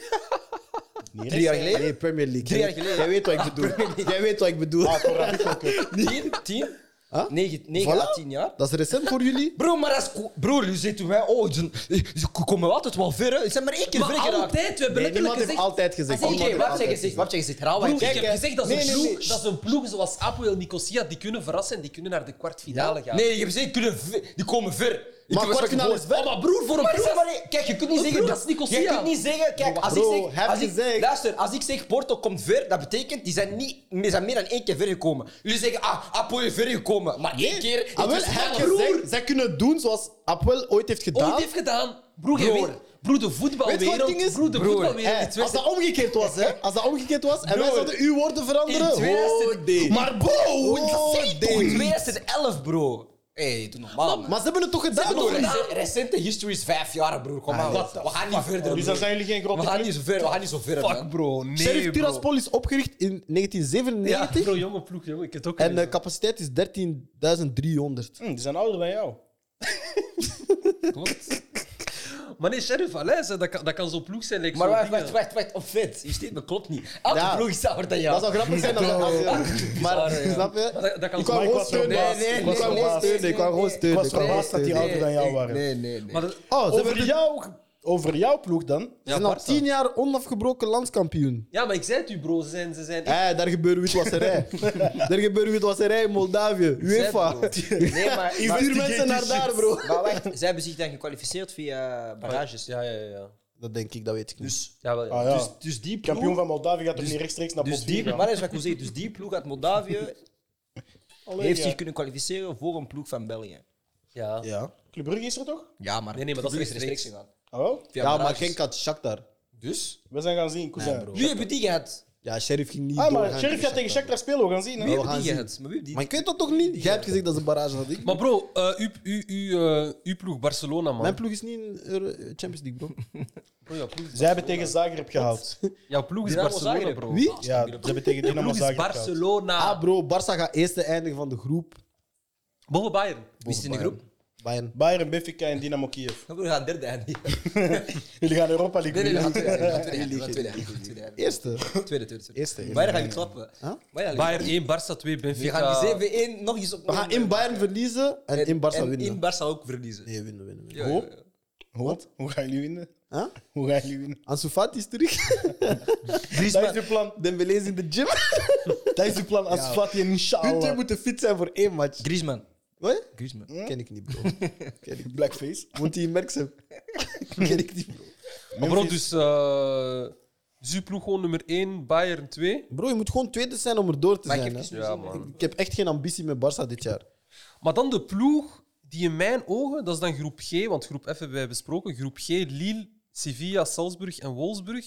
S2: Niet
S3: Drie jaar
S2: racistisch.
S3: geleden?
S1: Nee, Premier League.
S3: Drie jaar geleden.
S1: Jij weet wat ik bedoel. Jij weet wat ik bedoel.
S2: Ah, Corrado ook, hè.
S3: Tien? Tien?
S1: Huh?
S3: Negen, negen
S1: Voilà.
S3: à tien jaar.
S1: Dat is recent voor jullie.
S3: Bro, maar dat is... Broer, jullie zitten wij... Oh, ze, ze komen altijd wel ver, hè. Ze zijn maar één keer ver
S4: Maar
S3: geraakt.
S4: altijd, we hebben
S1: Nee,
S4: letterlijk
S1: niemand heeft
S4: gezegd...
S1: altijd gezegd.
S3: Oké,
S1: Niemand heeft
S3: wat heb
S1: altijd
S3: je gezegd? Wat heb je gezegd? Herhaal wat
S4: Broer,
S3: je
S4: ik
S1: Kijk,
S4: heb
S1: hè.
S4: gezegd dat is
S1: Nee, nee,
S4: een ploeg,
S1: nee.
S4: dat is een ploeg zoals Apoel en Nicosia, die kunnen verrassen en die kunnen naar de kwartfinale gaan.
S3: Nee, ik heb gezegd, die kunnen ver- die komen ver. Ik
S1: Maar
S3: heb
S1: kwartfinale is
S3: respect voor-
S1: ver.
S3: Oh, maar broer, voor een
S4: Maar
S3: ploeg...
S4: dat-
S3: Maar, kijk, je kunt niet
S4: Maar
S3: zeggen...
S4: broer, dat is Nicosia.
S3: Je kunt niet zeggen... Kijk, als
S1: bro,
S3: ik zeg...
S1: heb
S3: Als ik,
S1: gezegd.
S3: luister, als ik zeg Porto komt ver, dat betekent die zijn, niet, die zijn meer dan één keer ver gekomen. Jullie zeggen, ah, Apoel is ver gekomen. Maar één keer...
S1: Ah, wel,
S3: het is
S1: heb
S3: wel-
S1: je gezegd, zij kunnen doen zoals Apple ooit heeft gedaan.
S4: Ooit heeft gedaan. Broer, jij
S3: Broer.
S4: weet- broer, de
S1: Weet je wat het
S4: voetbalwereld.
S1: ding is?
S4: Broer, de
S3: Broer,
S4: voetbalwereld.
S1: Eh,
S4: die twee-
S1: als dat omgekeerd was, hè? Als dat omgekeerd was en wij
S3: Broer.
S1: zouden uw woorden veranderen.
S3: In 2000
S1: Oh, nee.
S2: Maar bro!
S1: Oh, nee.
S3: 2011, bro. Hé, hey, doe normaal, man.
S1: Maar ze hebben het toch gedaan?
S3: Broer,
S1: hoor.
S3: rec- recente history is vijf jaar, broer. Kom maar.
S4: what the
S3: We gaan niet verder,
S2: Dus dan
S3: broer.
S2: zijn jullie geen
S3: We
S2: grote
S3: gaan
S2: club.
S3: niet zo ver, we gaan niet zo ver, man.
S4: Fuck, bro. Nee,
S1: Sheriff
S4: bro.
S1: Tiraspol is opgericht in
S4: Ja,
S1: 1997
S4: bro, jonge ploeg, jongen. Ik heb het ook
S1: en eh, de
S4: gelezen.
S1: capaciteit is 13.300.
S2: Hm, die zijn ouder dan jou.
S4: Maar nee, Sheriff, allez, hè, dat kan, dat kan zo'n plag zijn. Like,
S3: Maar
S4: zo'n
S3: wacht,
S4: dingen.
S3: wacht, wacht, wacht. Op vet. Je steekt me klopt niet. Elke
S1: Ja.
S3: ploeg is ouder dan jou.
S1: Nou, Dat zou grappig zijn als dat als je- Maar
S3: Sorry, ja.
S1: snap je?
S4: Dat, dat kan
S1: Ik
S4: zo-
S1: kwam
S2: Maar ik
S1: gewoon
S2: was
S1: steunen.
S2: verbaasd.
S1: Nee, nee,
S2: Ik
S1: Ik
S2: was
S1: kwam gewoon
S2: verbaasd.
S1: steunen. Ik kwam gewoon
S3: Ik
S1: steunen.
S2: was verbaasd dat die
S1: steunen.
S2: ouder dan jou waren.
S3: Nee, nee, nee.
S4: Maar dat-
S1: Oh, ze hebben
S2: Over
S1: die-
S2: jou, over jouw ploeg dan?
S1: ze zijn
S4: Ja,
S1: al
S4: Barca.
S1: tien jaar onafgebroken landskampioen.
S4: Ja, maar ik zei het u, bro. Ze zijn... Ze zijn
S1: Hé, daar gebeurt witwasserij. daar gebeurt witwasserij in Moldavië. UEFA.
S3: Nee, maar...
S1: Stuur
S3: maar-
S1: mensen naar daar, bro.
S3: Maar wacht, zij hebben zich dan gekwalificeerd via barrages.
S4: ja, ja, ja.
S1: Dat denk ik, dat weet ik niet.
S3: Dus,
S4: Ja, wel, ja.
S2: Ah, ja.
S3: dus, dus die ploeg...
S2: Kampioen van Moldavië gaat toch niet rechtstreeks naar
S3: dus
S2: pot
S3: die,
S2: vier gaan?
S3: maar dat is wat ik wil zeggen. Dus die ploeg uit Moldavië
S2: Allee,
S3: heeft
S2: ja.
S3: zich kunnen kwalificeren voor een ploeg van België.
S4: ja.
S1: ja.
S2: Club Brugge is er toch?
S3: Ja, maar...
S4: Nee, nee, maar dat is rechtstreeks.
S3: gedaan.
S2: Ah, wel?
S1: Ja,
S3: Via
S1: maar
S3: barrages.
S1: geen kat Shakhtar.
S3: Dus?
S2: We zijn gaan zien, cousin.
S3: Jullie hebben die gehad.
S1: Ja, Sheriff ging niet
S2: Ah, maar
S1: doorgaan
S2: Sheriff gaat tegen Shakhtar spelen, we gaan zien.
S3: Wie
S2: Hè?
S1: Ja. we
S3: hebben
S1: gaan
S3: die
S1: zien.
S3: gehad? Maar wie hebben
S1: Maar
S3: die
S1: je kunt dat toch niet? Jij hebt gezegd dat ze een barrage had. Ik.
S4: Maar bro, eh, uw, uw, uw, eh, uw ploeg Barcelona, man.
S1: Mijn ploeg is niet in Euro- Champions League, bro.
S4: Bro, jouw ploeg is,
S2: Zij hebben tegen Zagreb gehaald.
S4: jouw ploeg is
S3: Dynamo
S4: Barcelona,
S3: Zagreb.
S4: bro.
S1: Wie?
S2: Ja, ze hebben tegen
S4: Jouw
S2: Dynamo
S4: ploeg is
S2: Zagreb gehaald.
S4: Barcelona.
S1: Ah, bro, Barça gaat eerste eindigen van de groep.
S4: Boven Bayern.
S3: Wie is in de groep?
S1: Bayern.
S2: Bayern, Benfica en Dynamo Kiev.
S3: We gaan derde eindigen.
S2: Jullie gaan Europa League
S3: Nee, nee,
S2: winnen.
S3: nee, we gaan tweede eindigen. We gaan tweede eindigen. we gaan tweede eindigen.
S1: Eerste.
S3: Tweede, tweede, tweede.
S1: Eerste, eerste.
S3: Bayern gaan we klappen.
S1: Huh?
S3: Bayern, gaan
S4: Bayern 1, Barça 2,
S3: we
S4: Benfica.
S3: gaan die 7-1 nog eens op.
S1: eh, We gaan in Bayern verliezen en, in Barça winnen.
S3: in Barça ook verliezen.
S1: Nee, winnen, winnen.
S3: Ja,
S1: winnen.
S3: ja, ja.
S2: Hoop, hoe gaan jullie winnen?
S1: Huh?
S2: Hoe gaan jullie winnen?
S1: Ansu Fati is terug.
S2: Dat is je plan.
S1: Dembele is in de gym.
S2: Dat is je plan als
S1: Ja.
S2: Fatih en
S1: Hun twee
S2: Inshallah.
S1: moeten fit zijn voor één match. Hm?
S3: Griezmann.
S1: Wat?
S3: Griezmann.
S1: Ken ik niet, bro. Ken ik niet.
S2: Blackface.
S1: Moet hij in merks hebben? Ken ik niet, bro.
S4: Maar bro, dus... eh dus uw ploeg gewoon nummer 1, Bayern 2.
S1: Bro, je moet gewoon tweede zijn om er door te
S3: Maar ik
S1: zijn.
S3: heb
S1: hè.
S3: gezien-
S4: Ja, man.
S1: Ik heb echt geen ambitie met Barça dit jaar.
S4: Maar dan de ploeg die in mijn ogen... Dat is dan groep G, want groep F hebben wij besproken. Groep G, Lille, Sevilla, Salzburg en Wolfsburg.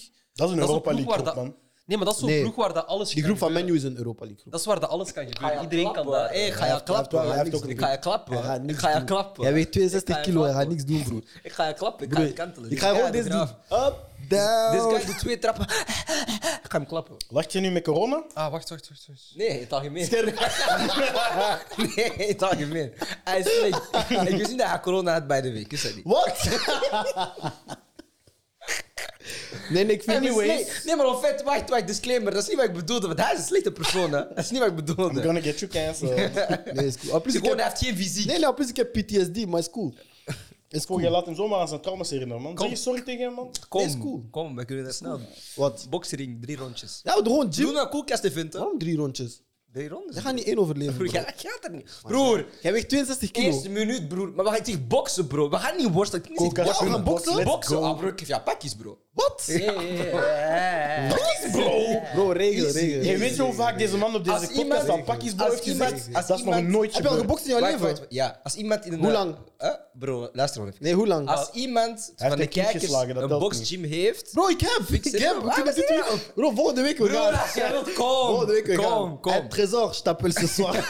S2: Dat is een
S4: Dat is een
S2: Europa
S4: ploeg
S2: League
S4: waar
S2: groep,
S4: dat...
S2: man.
S4: Nee, maar dat is zo'n
S1: Nee.
S4: ploeg waar dat alles
S1: Die groep
S4: kan
S1: van
S4: gebeuren.
S1: Menu is een Europa League groep.
S4: Dat is waar dat alles kan gebeuren.
S3: Ga je
S4: Iedereen kan
S3: klappen?
S4: daar...
S3: Hey, eh, ga je klappen?
S2: hij heeft ook
S3: Ik ga je klappen.
S1: Hij gaat
S3: Ik
S1: niks
S3: ga je
S1: doen.
S3: klappen.
S1: Jij weegt 62
S3: Ik ga je
S1: kilo, hij gaat
S3: klappen.
S1: niks doen, broer.
S3: Ik ga je klappen. Ik ga
S1: Broer,
S3: je kantelen.
S1: Ik ga gewoon Oh. dit doen.
S3: eraf.
S1: Up,
S3: Deze
S1: down.
S3: guy doet twee trappen. Ik ga hem klappen.
S2: Wacht je nu met corona?
S4: Ah, wacht, wacht, wacht. wacht.
S3: Nee, in het algemeen. nee, in het algemeen. Hij is slecht. Ik wist niet dat hij corona had bij de week. Is dat niet?
S1: Wat? nee, nee, ik vind
S3: Nee,
S1: anyways.
S3: nee, maar op vet, wacht, wacht, disclaimer. Dat is niet wat ik bedoelde, want hij is een slechte persoon. Hè. Dat is niet wat ik bedoelde.
S2: I'm gonna get you cancelled.
S1: Nee, is cool. Ah, plus
S3: Dus
S1: ik
S3: gewoon, hij
S1: heb,
S3: heeft geen visie.
S1: nee, nee, ah, plus ik heb PTSD, maar is cool. Is
S2: Voor je
S1: cool.
S2: laat hem zomaar aan zijn trauma's herinneren, man. Zeg je sorry tegen hem, man?
S3: kom,
S1: nee, is cool.
S3: kom, we kunnen dat snel doen.
S1: Wat?
S3: Boksering, drie rondjes.
S1: Ja, we doen gewoon
S3: Doe
S1: gym.
S3: nou koelkast event, hè.
S1: Waarom drie rondjes?
S3: Drie rondes.
S1: Ze gaan niet één overleven.
S3: Broer,
S1: Bro.
S3: jij- dat gaat er niet. Broer,
S1: Jij weegt 62 kilo.
S3: eerste minuut, broer. Maar we gaan niet boksen, bro. We gaan niet worstelen. Ik niet
S2: Coca-Cola.
S3: zeggen, ja, we gaan boksen.
S2: Let's
S3: boksen.
S2: go.
S3: Ah, bro, ik geef jou pakjes, bro.
S1: Wat?
S3: Pakjes, bro.
S1: Bro, regel, regel.
S2: Je weet hoe vaak deze man op deze
S3: Als
S2: podcast
S3: iemand-
S2: van pakjes bro
S3: als
S2: heeft
S3: iemand-
S2: gezegd?
S3: als
S2: Dat is nog
S3: iemand-
S2: nooit
S1: Heb je al
S2: gebeurd.
S1: geboxt in jouw
S3: Wacht,
S1: leven?
S3: wacht, Ja, als iemand in een...
S1: Hoe lang?
S3: Eh, bro, luister wel even.
S1: Nee, hoe lang?
S3: Als iemand van
S2: een
S3: de
S2: kick
S3: kijkers
S2: geslagen, dat
S3: een
S2: telt
S3: boxgym heeft...
S1: Bro, ik heb. Ik
S3: zit
S1: heb.
S3: er-
S1: Ik heb
S3: Ah,
S1: dit
S3: dat is
S1: weer- Bro, volgende week we
S3: Broer,
S1: gaan.
S3: als jij wilt, kom.
S1: Volgende week we
S3: Kom,
S1: gaan.
S3: kom,
S1: Het trésor, je t'appelle ce soir.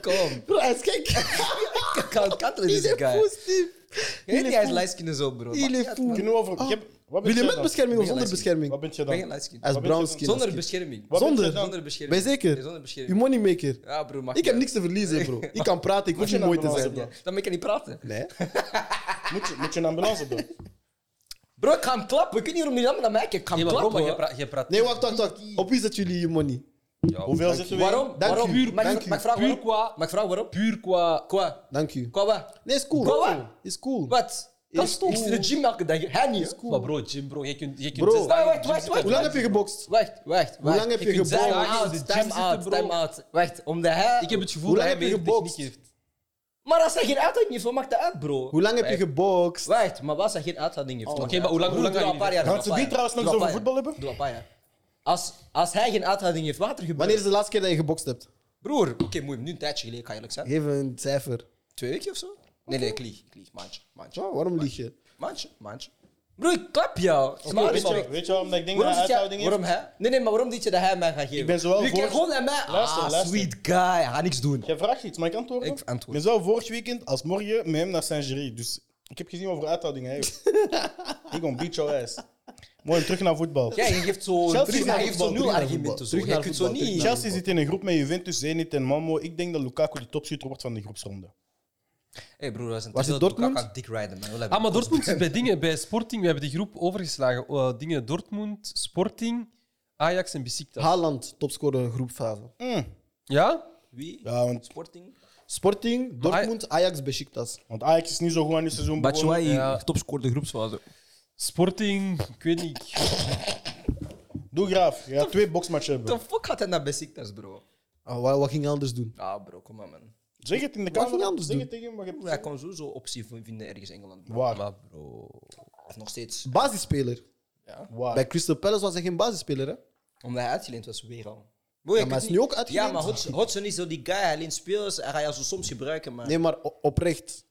S3: kom.
S1: Bro, hij is gek.
S3: Ik kan het kattelen,
S1: Hij is
S3: deze guy.
S1: fou, Steve.
S3: Je
S1: Il
S3: weet niet,
S1: est
S3: hij is
S1: fou.
S3: light zo, bro.
S1: Il est fou.
S2: Kunnen we over...
S3: Ah.
S2: ik heb- Wat
S1: Wil
S2: ben
S1: je
S2: jij
S1: met
S2: dan?
S1: bescherming of zonder
S3: Begeleid skin.
S1: bescherming?
S2: Wat ben je
S3: Ben je
S2: dan?
S3: light skin?
S1: Hij is
S2: Wat ben je
S1: brown
S2: dan?
S1: skin.
S3: Zonder
S1: dat is
S3: bescherming.
S2: Wat ben je
S1: Zonder?
S2: dan?
S3: Zonder
S1: kid.
S3: bescherming.
S1: Ben je zeker?
S3: Nee, Zonder
S1: Je
S3: bescherming.
S1: moneymaker.
S3: Ja, bro, mag
S1: Ik heb
S3: niet.
S1: niks te verliezen, bro. Ik kan praten, ik hoef
S2: Moet je
S1: niet mooi te
S2: nou
S1: zijn.
S2: wel
S3: Ja, Dan ben ik niet praten.
S1: Nee?
S2: Moet je- Moet je een ambulance doen?
S3: Bro, ik ga hem klappen. Ik weet niet waarom jullie allemaal naar mij kijken. Ik ga
S4: Nee,
S3: hem
S4: maar bro,
S3: klappen.
S4: maar
S3: hoor.
S4: jij praat- jij praat
S1: Nee, wacht, wacht, wacht. Op wie zetten jullie je money?
S2: Hoeveel zitten we in?
S3: Waarom?
S1: Dank
S3: waarom?
S1: u,
S3: Mag ik-
S1: dank u.
S3: Mag ik vragen
S4: puur
S3: waarom?
S4: qua...
S3: Mag ik vragen waarom?
S4: Puur qua...
S3: Qua.
S1: Dank u.
S3: Qua wat?
S1: Nee, is cool.
S3: Bro, wat?
S1: Is cool.
S3: Wat?
S1: Is
S3: Dat is toch? Ik zit in
S1: cool.
S3: de gym elke dag. Hij niet. hè?
S4: Maar bro, Jim, bro, jij kunt... Jij kunt
S1: Bro.
S4: zes dagen in
S3: Wacht,
S4: de
S3: wacht, wacht,
S4: gym
S1: Hoe
S4: zitten.
S1: lang heb je gebokst?
S3: Wacht, wacht,
S1: Hoe lang heb je
S3: kunt
S1: gebouwd?
S3: Time
S4: Hoe lang
S3: out,
S4: is de gym
S3: time out,
S4: zitten, bro?
S3: time out. Wacht, omdat hij...
S4: Ik heb het gevoel
S1: Hoe
S4: dat
S1: lang
S4: hij
S1: heb je
S4: meer
S1: gebokst?
S4: techniek heeft.
S3: Maar als hij geen uithouding heeft, wat maakt dat uit, bro?
S1: Hoe lang heb je gebokst?
S3: Wacht, maar als hij geen uithouding heeft...
S4: Oh, Oké, maar hoe lang- hoe lang
S3: Doe
S4: gaan
S3: al een paar
S4: jullie
S3: jaar.
S2: Gaan ze
S3: doe al
S2: die
S3: een paar
S2: trouwens nog
S3: jaar.
S2: eens over
S3: Doe al
S2: voetbal hebben?
S3: een paar jaar. Als, als hij geen uithouding heeft, wat er gebeurt...
S1: Wanneer is de laatste keer dat je gebokst hebt?
S3: Broer, oké, moei, nu een tijdje geleden, kan eerlijk zijn.
S1: Geef een cijfer.
S3: Twee weken of zo? Nee, nee, ik lieg, ik lieg. Maandje, maandje,
S1: Oh, waarom lieg je?
S3: maandje, maandje. Bro, ik klap jou.
S2: Oké,
S3: Maar-
S2: weet, je, weet je waarom dat ik denk dat
S3: Waarom
S2: hij
S3: zit jij...
S2: uithouding
S3: Waarom
S2: heeft?
S3: hij? Nee, nee, maar waarom dit je dat hij mij gaat geven?
S2: Ik ben zowel
S3: Nu
S2: voor-
S3: kijkt gewoon naar mij.
S2: Luister,
S3: ah,
S2: luister.
S3: sweet guy. Hij gaat niks doen.
S2: Jij vraagt iets, mag ik antwoorden?
S3: Ik antwoord.
S2: ben zelf vorig weekend als morgen met hem naar Saint-Géry. Dus ik heb gezien over uithouding hij heeft. ik gon beat your ass. Mooi, terug naar voetbal.
S3: Ja, je geeft zo,
S2: Chelsea
S3: terug,
S2: is naar
S3: hij geeft zo
S2: voetbal,
S1: terug
S3: nul
S1: naar voetbal.
S3: argumenten. Zo.
S1: Terug
S3: Je
S1: naar
S3: kunt zo
S1: voetbal,
S3: niet.
S1: terug
S2: Chelsea zit in een groep met Juventus, Zenit en Malmo. Ik denk dat Lukaku de topschutter wordt van de groepsronde.
S3: Hé broer, dat is een
S1: Waar zit
S3: dat Lukaku
S1: Dortmund?
S3: aan het dik rijden, man. Wat heb je?
S4: Ah, maar Dortmund is bij dingen, bij Sporting, we hebben die groep overgeslagen. Eh, dingen Dortmund, Sporting, Ajax en Besiktas.
S1: Haaland, topscorer groepfase.
S2: Mm.
S4: Ja?
S3: Wie?
S2: Ja, want,
S3: Sporting?
S1: Sporting, Dortmund, Ajax, Besiktas.
S2: want Ajax is niet zo goed aan dit seizoen begonnen.
S4: Ja.
S3: topscorer de groepsfase.
S4: Sporting, ik weet niet.
S2: Doe graaf, je gaat twee boksmatchen hebben.
S3: The fuck gaat hij naar Besiktas, bro?
S1: Ah, wat, wat ging je anders doen?
S3: Ah, bro, kom maar, man.
S2: Zeg het in de
S1: Wat moet je
S2: camera,
S1: anders
S2: zeg
S1: doen?
S2: het tegen hem. maar je hebt-
S3: Broer, hij kon sowieso optie v- vinden ergens in Engeland. Bro.
S2: Waar?
S4: Maar bro...
S3: Of nog steeds.
S1: Basisspeler.
S2: Waar?
S1: Bij Crystal Palace was hij geen basisspeler, hè?
S3: Omdat hij uitgeleend was, weer al. Broer,
S1: Ja, maar
S3: je kunt
S1: hij is
S3: niet-
S1: nu ook uitgeleend.
S3: Ja, maar Hodgson, Hodgson is zo die guy, hij leent spelers, hij gaat jou zo soms gebruiken, maar...
S1: Nee, maar o- oprecht.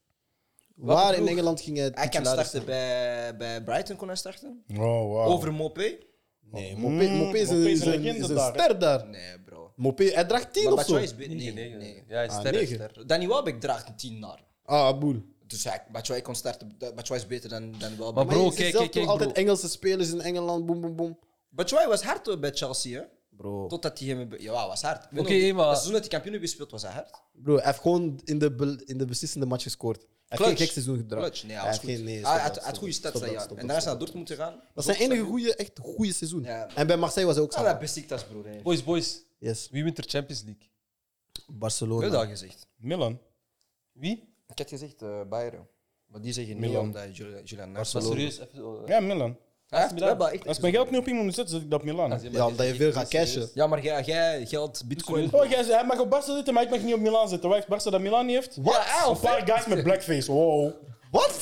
S1: Waar in
S3: ploeg?
S1: Engeland ging hij
S3: Hij kan
S1: titularis
S3: starten
S1: zijn?
S3: bij, bij Brighton, kon hij starten.
S2: Oh, wow.
S3: Over Mopé?
S1: Nee, Mopé,
S2: Mm,
S1: Mopé is een,
S2: Mopé is
S1: is
S2: een
S1: een,
S2: legende
S1: is een
S2: daar, hè?
S1: ster daar.
S3: Nee, bro.
S1: Mopé, hij draagt 10
S3: Maar
S1: of zo.
S3: Batshuayi is... be- Nee,
S4: negen.
S3: nee.
S4: Ja, hij is
S1: Ah,
S4: sterk.
S1: negen.
S4: sterk.
S3: Danny Welbeck draagt 10 naar.
S1: Ah, boel.
S3: Dus hij, Batshuayi kon starten. Da- Batshuayi is beter dan, dan wel.
S4: Maar
S1: Maar
S4: Bro,
S1: je ziet
S4: kijk,
S1: zelf
S4: kijk,
S1: toch
S4: kijk,
S1: altijd
S4: bro.
S1: Engelse spelers in Engeland, boem, boem, boem.
S3: Batshuayi was hard hoor bij Chelsea, hè?
S1: Bro.
S3: Totdat hij hem. be- Ja, was hard.
S4: Oké, maar-
S3: Het seizoen dat hij kampioen heeft gespeeld, was hij hard.
S1: Bro, hij heeft gewoon in de, bel- in de beslissende match gescoord. Hij heeft
S3: Clutch.
S1: geen gek seizoen gedraaid.
S3: Clutch, nee, hij
S1: Hij
S3: was
S1: heeft geen-
S3: goed.
S1: nee,
S3: Hij
S1: stop
S3: had-
S1: dat,
S3: had
S1: stop dat,
S3: goede stats
S1: stop
S3: dat
S1: dat,
S3: jaar.
S1: stop
S3: En
S1: dat,
S3: daarna is hij
S1: stop
S3: naar Dortmund gegaan.
S1: Dat zijn enige goede, echt goede seizoen.
S3: Ja, bro.
S1: en bij Marseille was hij ook
S3: Ah,
S1: zo.
S3: dat Besiktas, broer. hè.
S4: Boys, boys.
S1: Yes.
S4: Wie wint er Champions League?
S3: Ik
S1: Barcelona.
S3: heb dat al gezegd.
S2: Milan.
S4: Wie?
S3: Ik had gezegd eh, Bayern. Maar die zeggen niet
S2: Milan.
S3: omdat Jul- Julian Nagels-
S4: Maar serieus, even... eh,
S2: Ja, Milan.
S3: Hij heeft-
S4: Milan.
S3: we hebben echt-
S2: Als ik mijn geld niet op iemand moet zetten, zet ik dat op Milan.
S4: maar
S1: Ja,
S4: die-
S1: omdat je veel gaat cashen.
S3: Ja, maar jij- jij geld, bitcoin.
S2: Oh, jij zei, hij mag op Barca zitten, maar ik mag niet op Milan zitten. Waar heeft Barca dat Milan niet heeft?
S1: Wat?
S3: Ja,
S2: Een paar guys met blackface. Wow.
S1: Wat?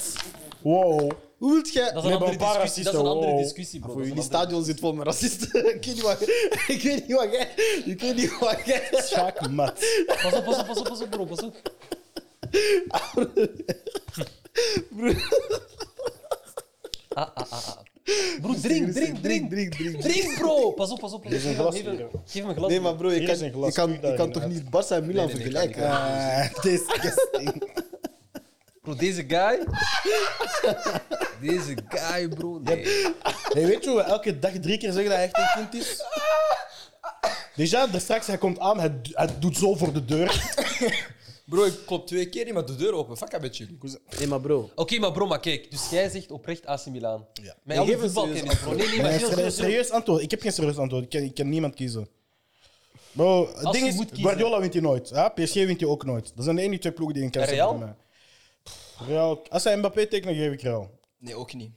S2: Wow.
S1: Hoe wilt jij...
S4: Dat is een
S2: hebben
S4: andere
S2: een paar
S4: discussie, dat is een
S2: racisten,
S4: andere
S2: wow.
S4: discussie, bro.
S1: Ah, Voor
S4: Dat is
S1: jullie
S4: een andere-
S1: stadion zit vol met racisten. ik weet niet wat ik weet niet wat jij... Ik weet niet wat jij...
S2: Schaak mat.
S4: Pas op, pas op, pas op, pas op, bro, pas op. Ah, ah, ah, ah. Bro, drink, drink, drink, drink, drink, bro. Pas op, pas op. Geef
S2: een
S4: me-
S2: glas,
S4: geef me-
S2: bro.
S4: Geef me een glas.
S1: Nee, maar bro, je
S2: Hier
S1: kan,
S2: is een glas,
S1: je kan,
S2: doe
S1: je
S2: daarin
S1: kan toch
S2: uit.
S1: niet Barça en Milan
S3: Nee, nee, nee,
S1: vergelijken?
S3: kan
S2: Ah,
S1: Disgusting.
S4: Bro, deze guy. deze guy, bro. Nee.
S2: Hey, weet je hoe we elke dag drie keer zeggen dat hij echt een kind is? Déjà, daar straks, hij komt aan, hij, hij doet zo voor de deur.
S3: Bro, ik klop twee keer iemand de deur open. Fuck, met jullie.
S1: Nee, maar bro.
S4: Oké, maar bro, maar kijk. Dus jij zegt oprecht AC Milan. Ja. Mijn
S1: Nee,
S4: alle
S1: geef een
S4: voetbalkennis,
S1: serieus
S4: bro. Nee, nee, maar
S2: Nee,
S4: heel
S2: serieus,
S4: serieus.
S2: serieus antwoord. Ik heb geen serieus antwoord. Ik kan, ik kan niemand kiezen. Bro, het
S4: je
S2: ding is,
S4: moet kiezen.
S2: Guardiola wint hij nooit. Hè? PSG wint hij ook nooit. Dat zijn de enige twee ploegen die een kans
S4: En Real?
S2: hebben. voor mij. Pff, Real. Als hij Mbappé tekenen, geef ik Real.
S3: Nee, ook niet.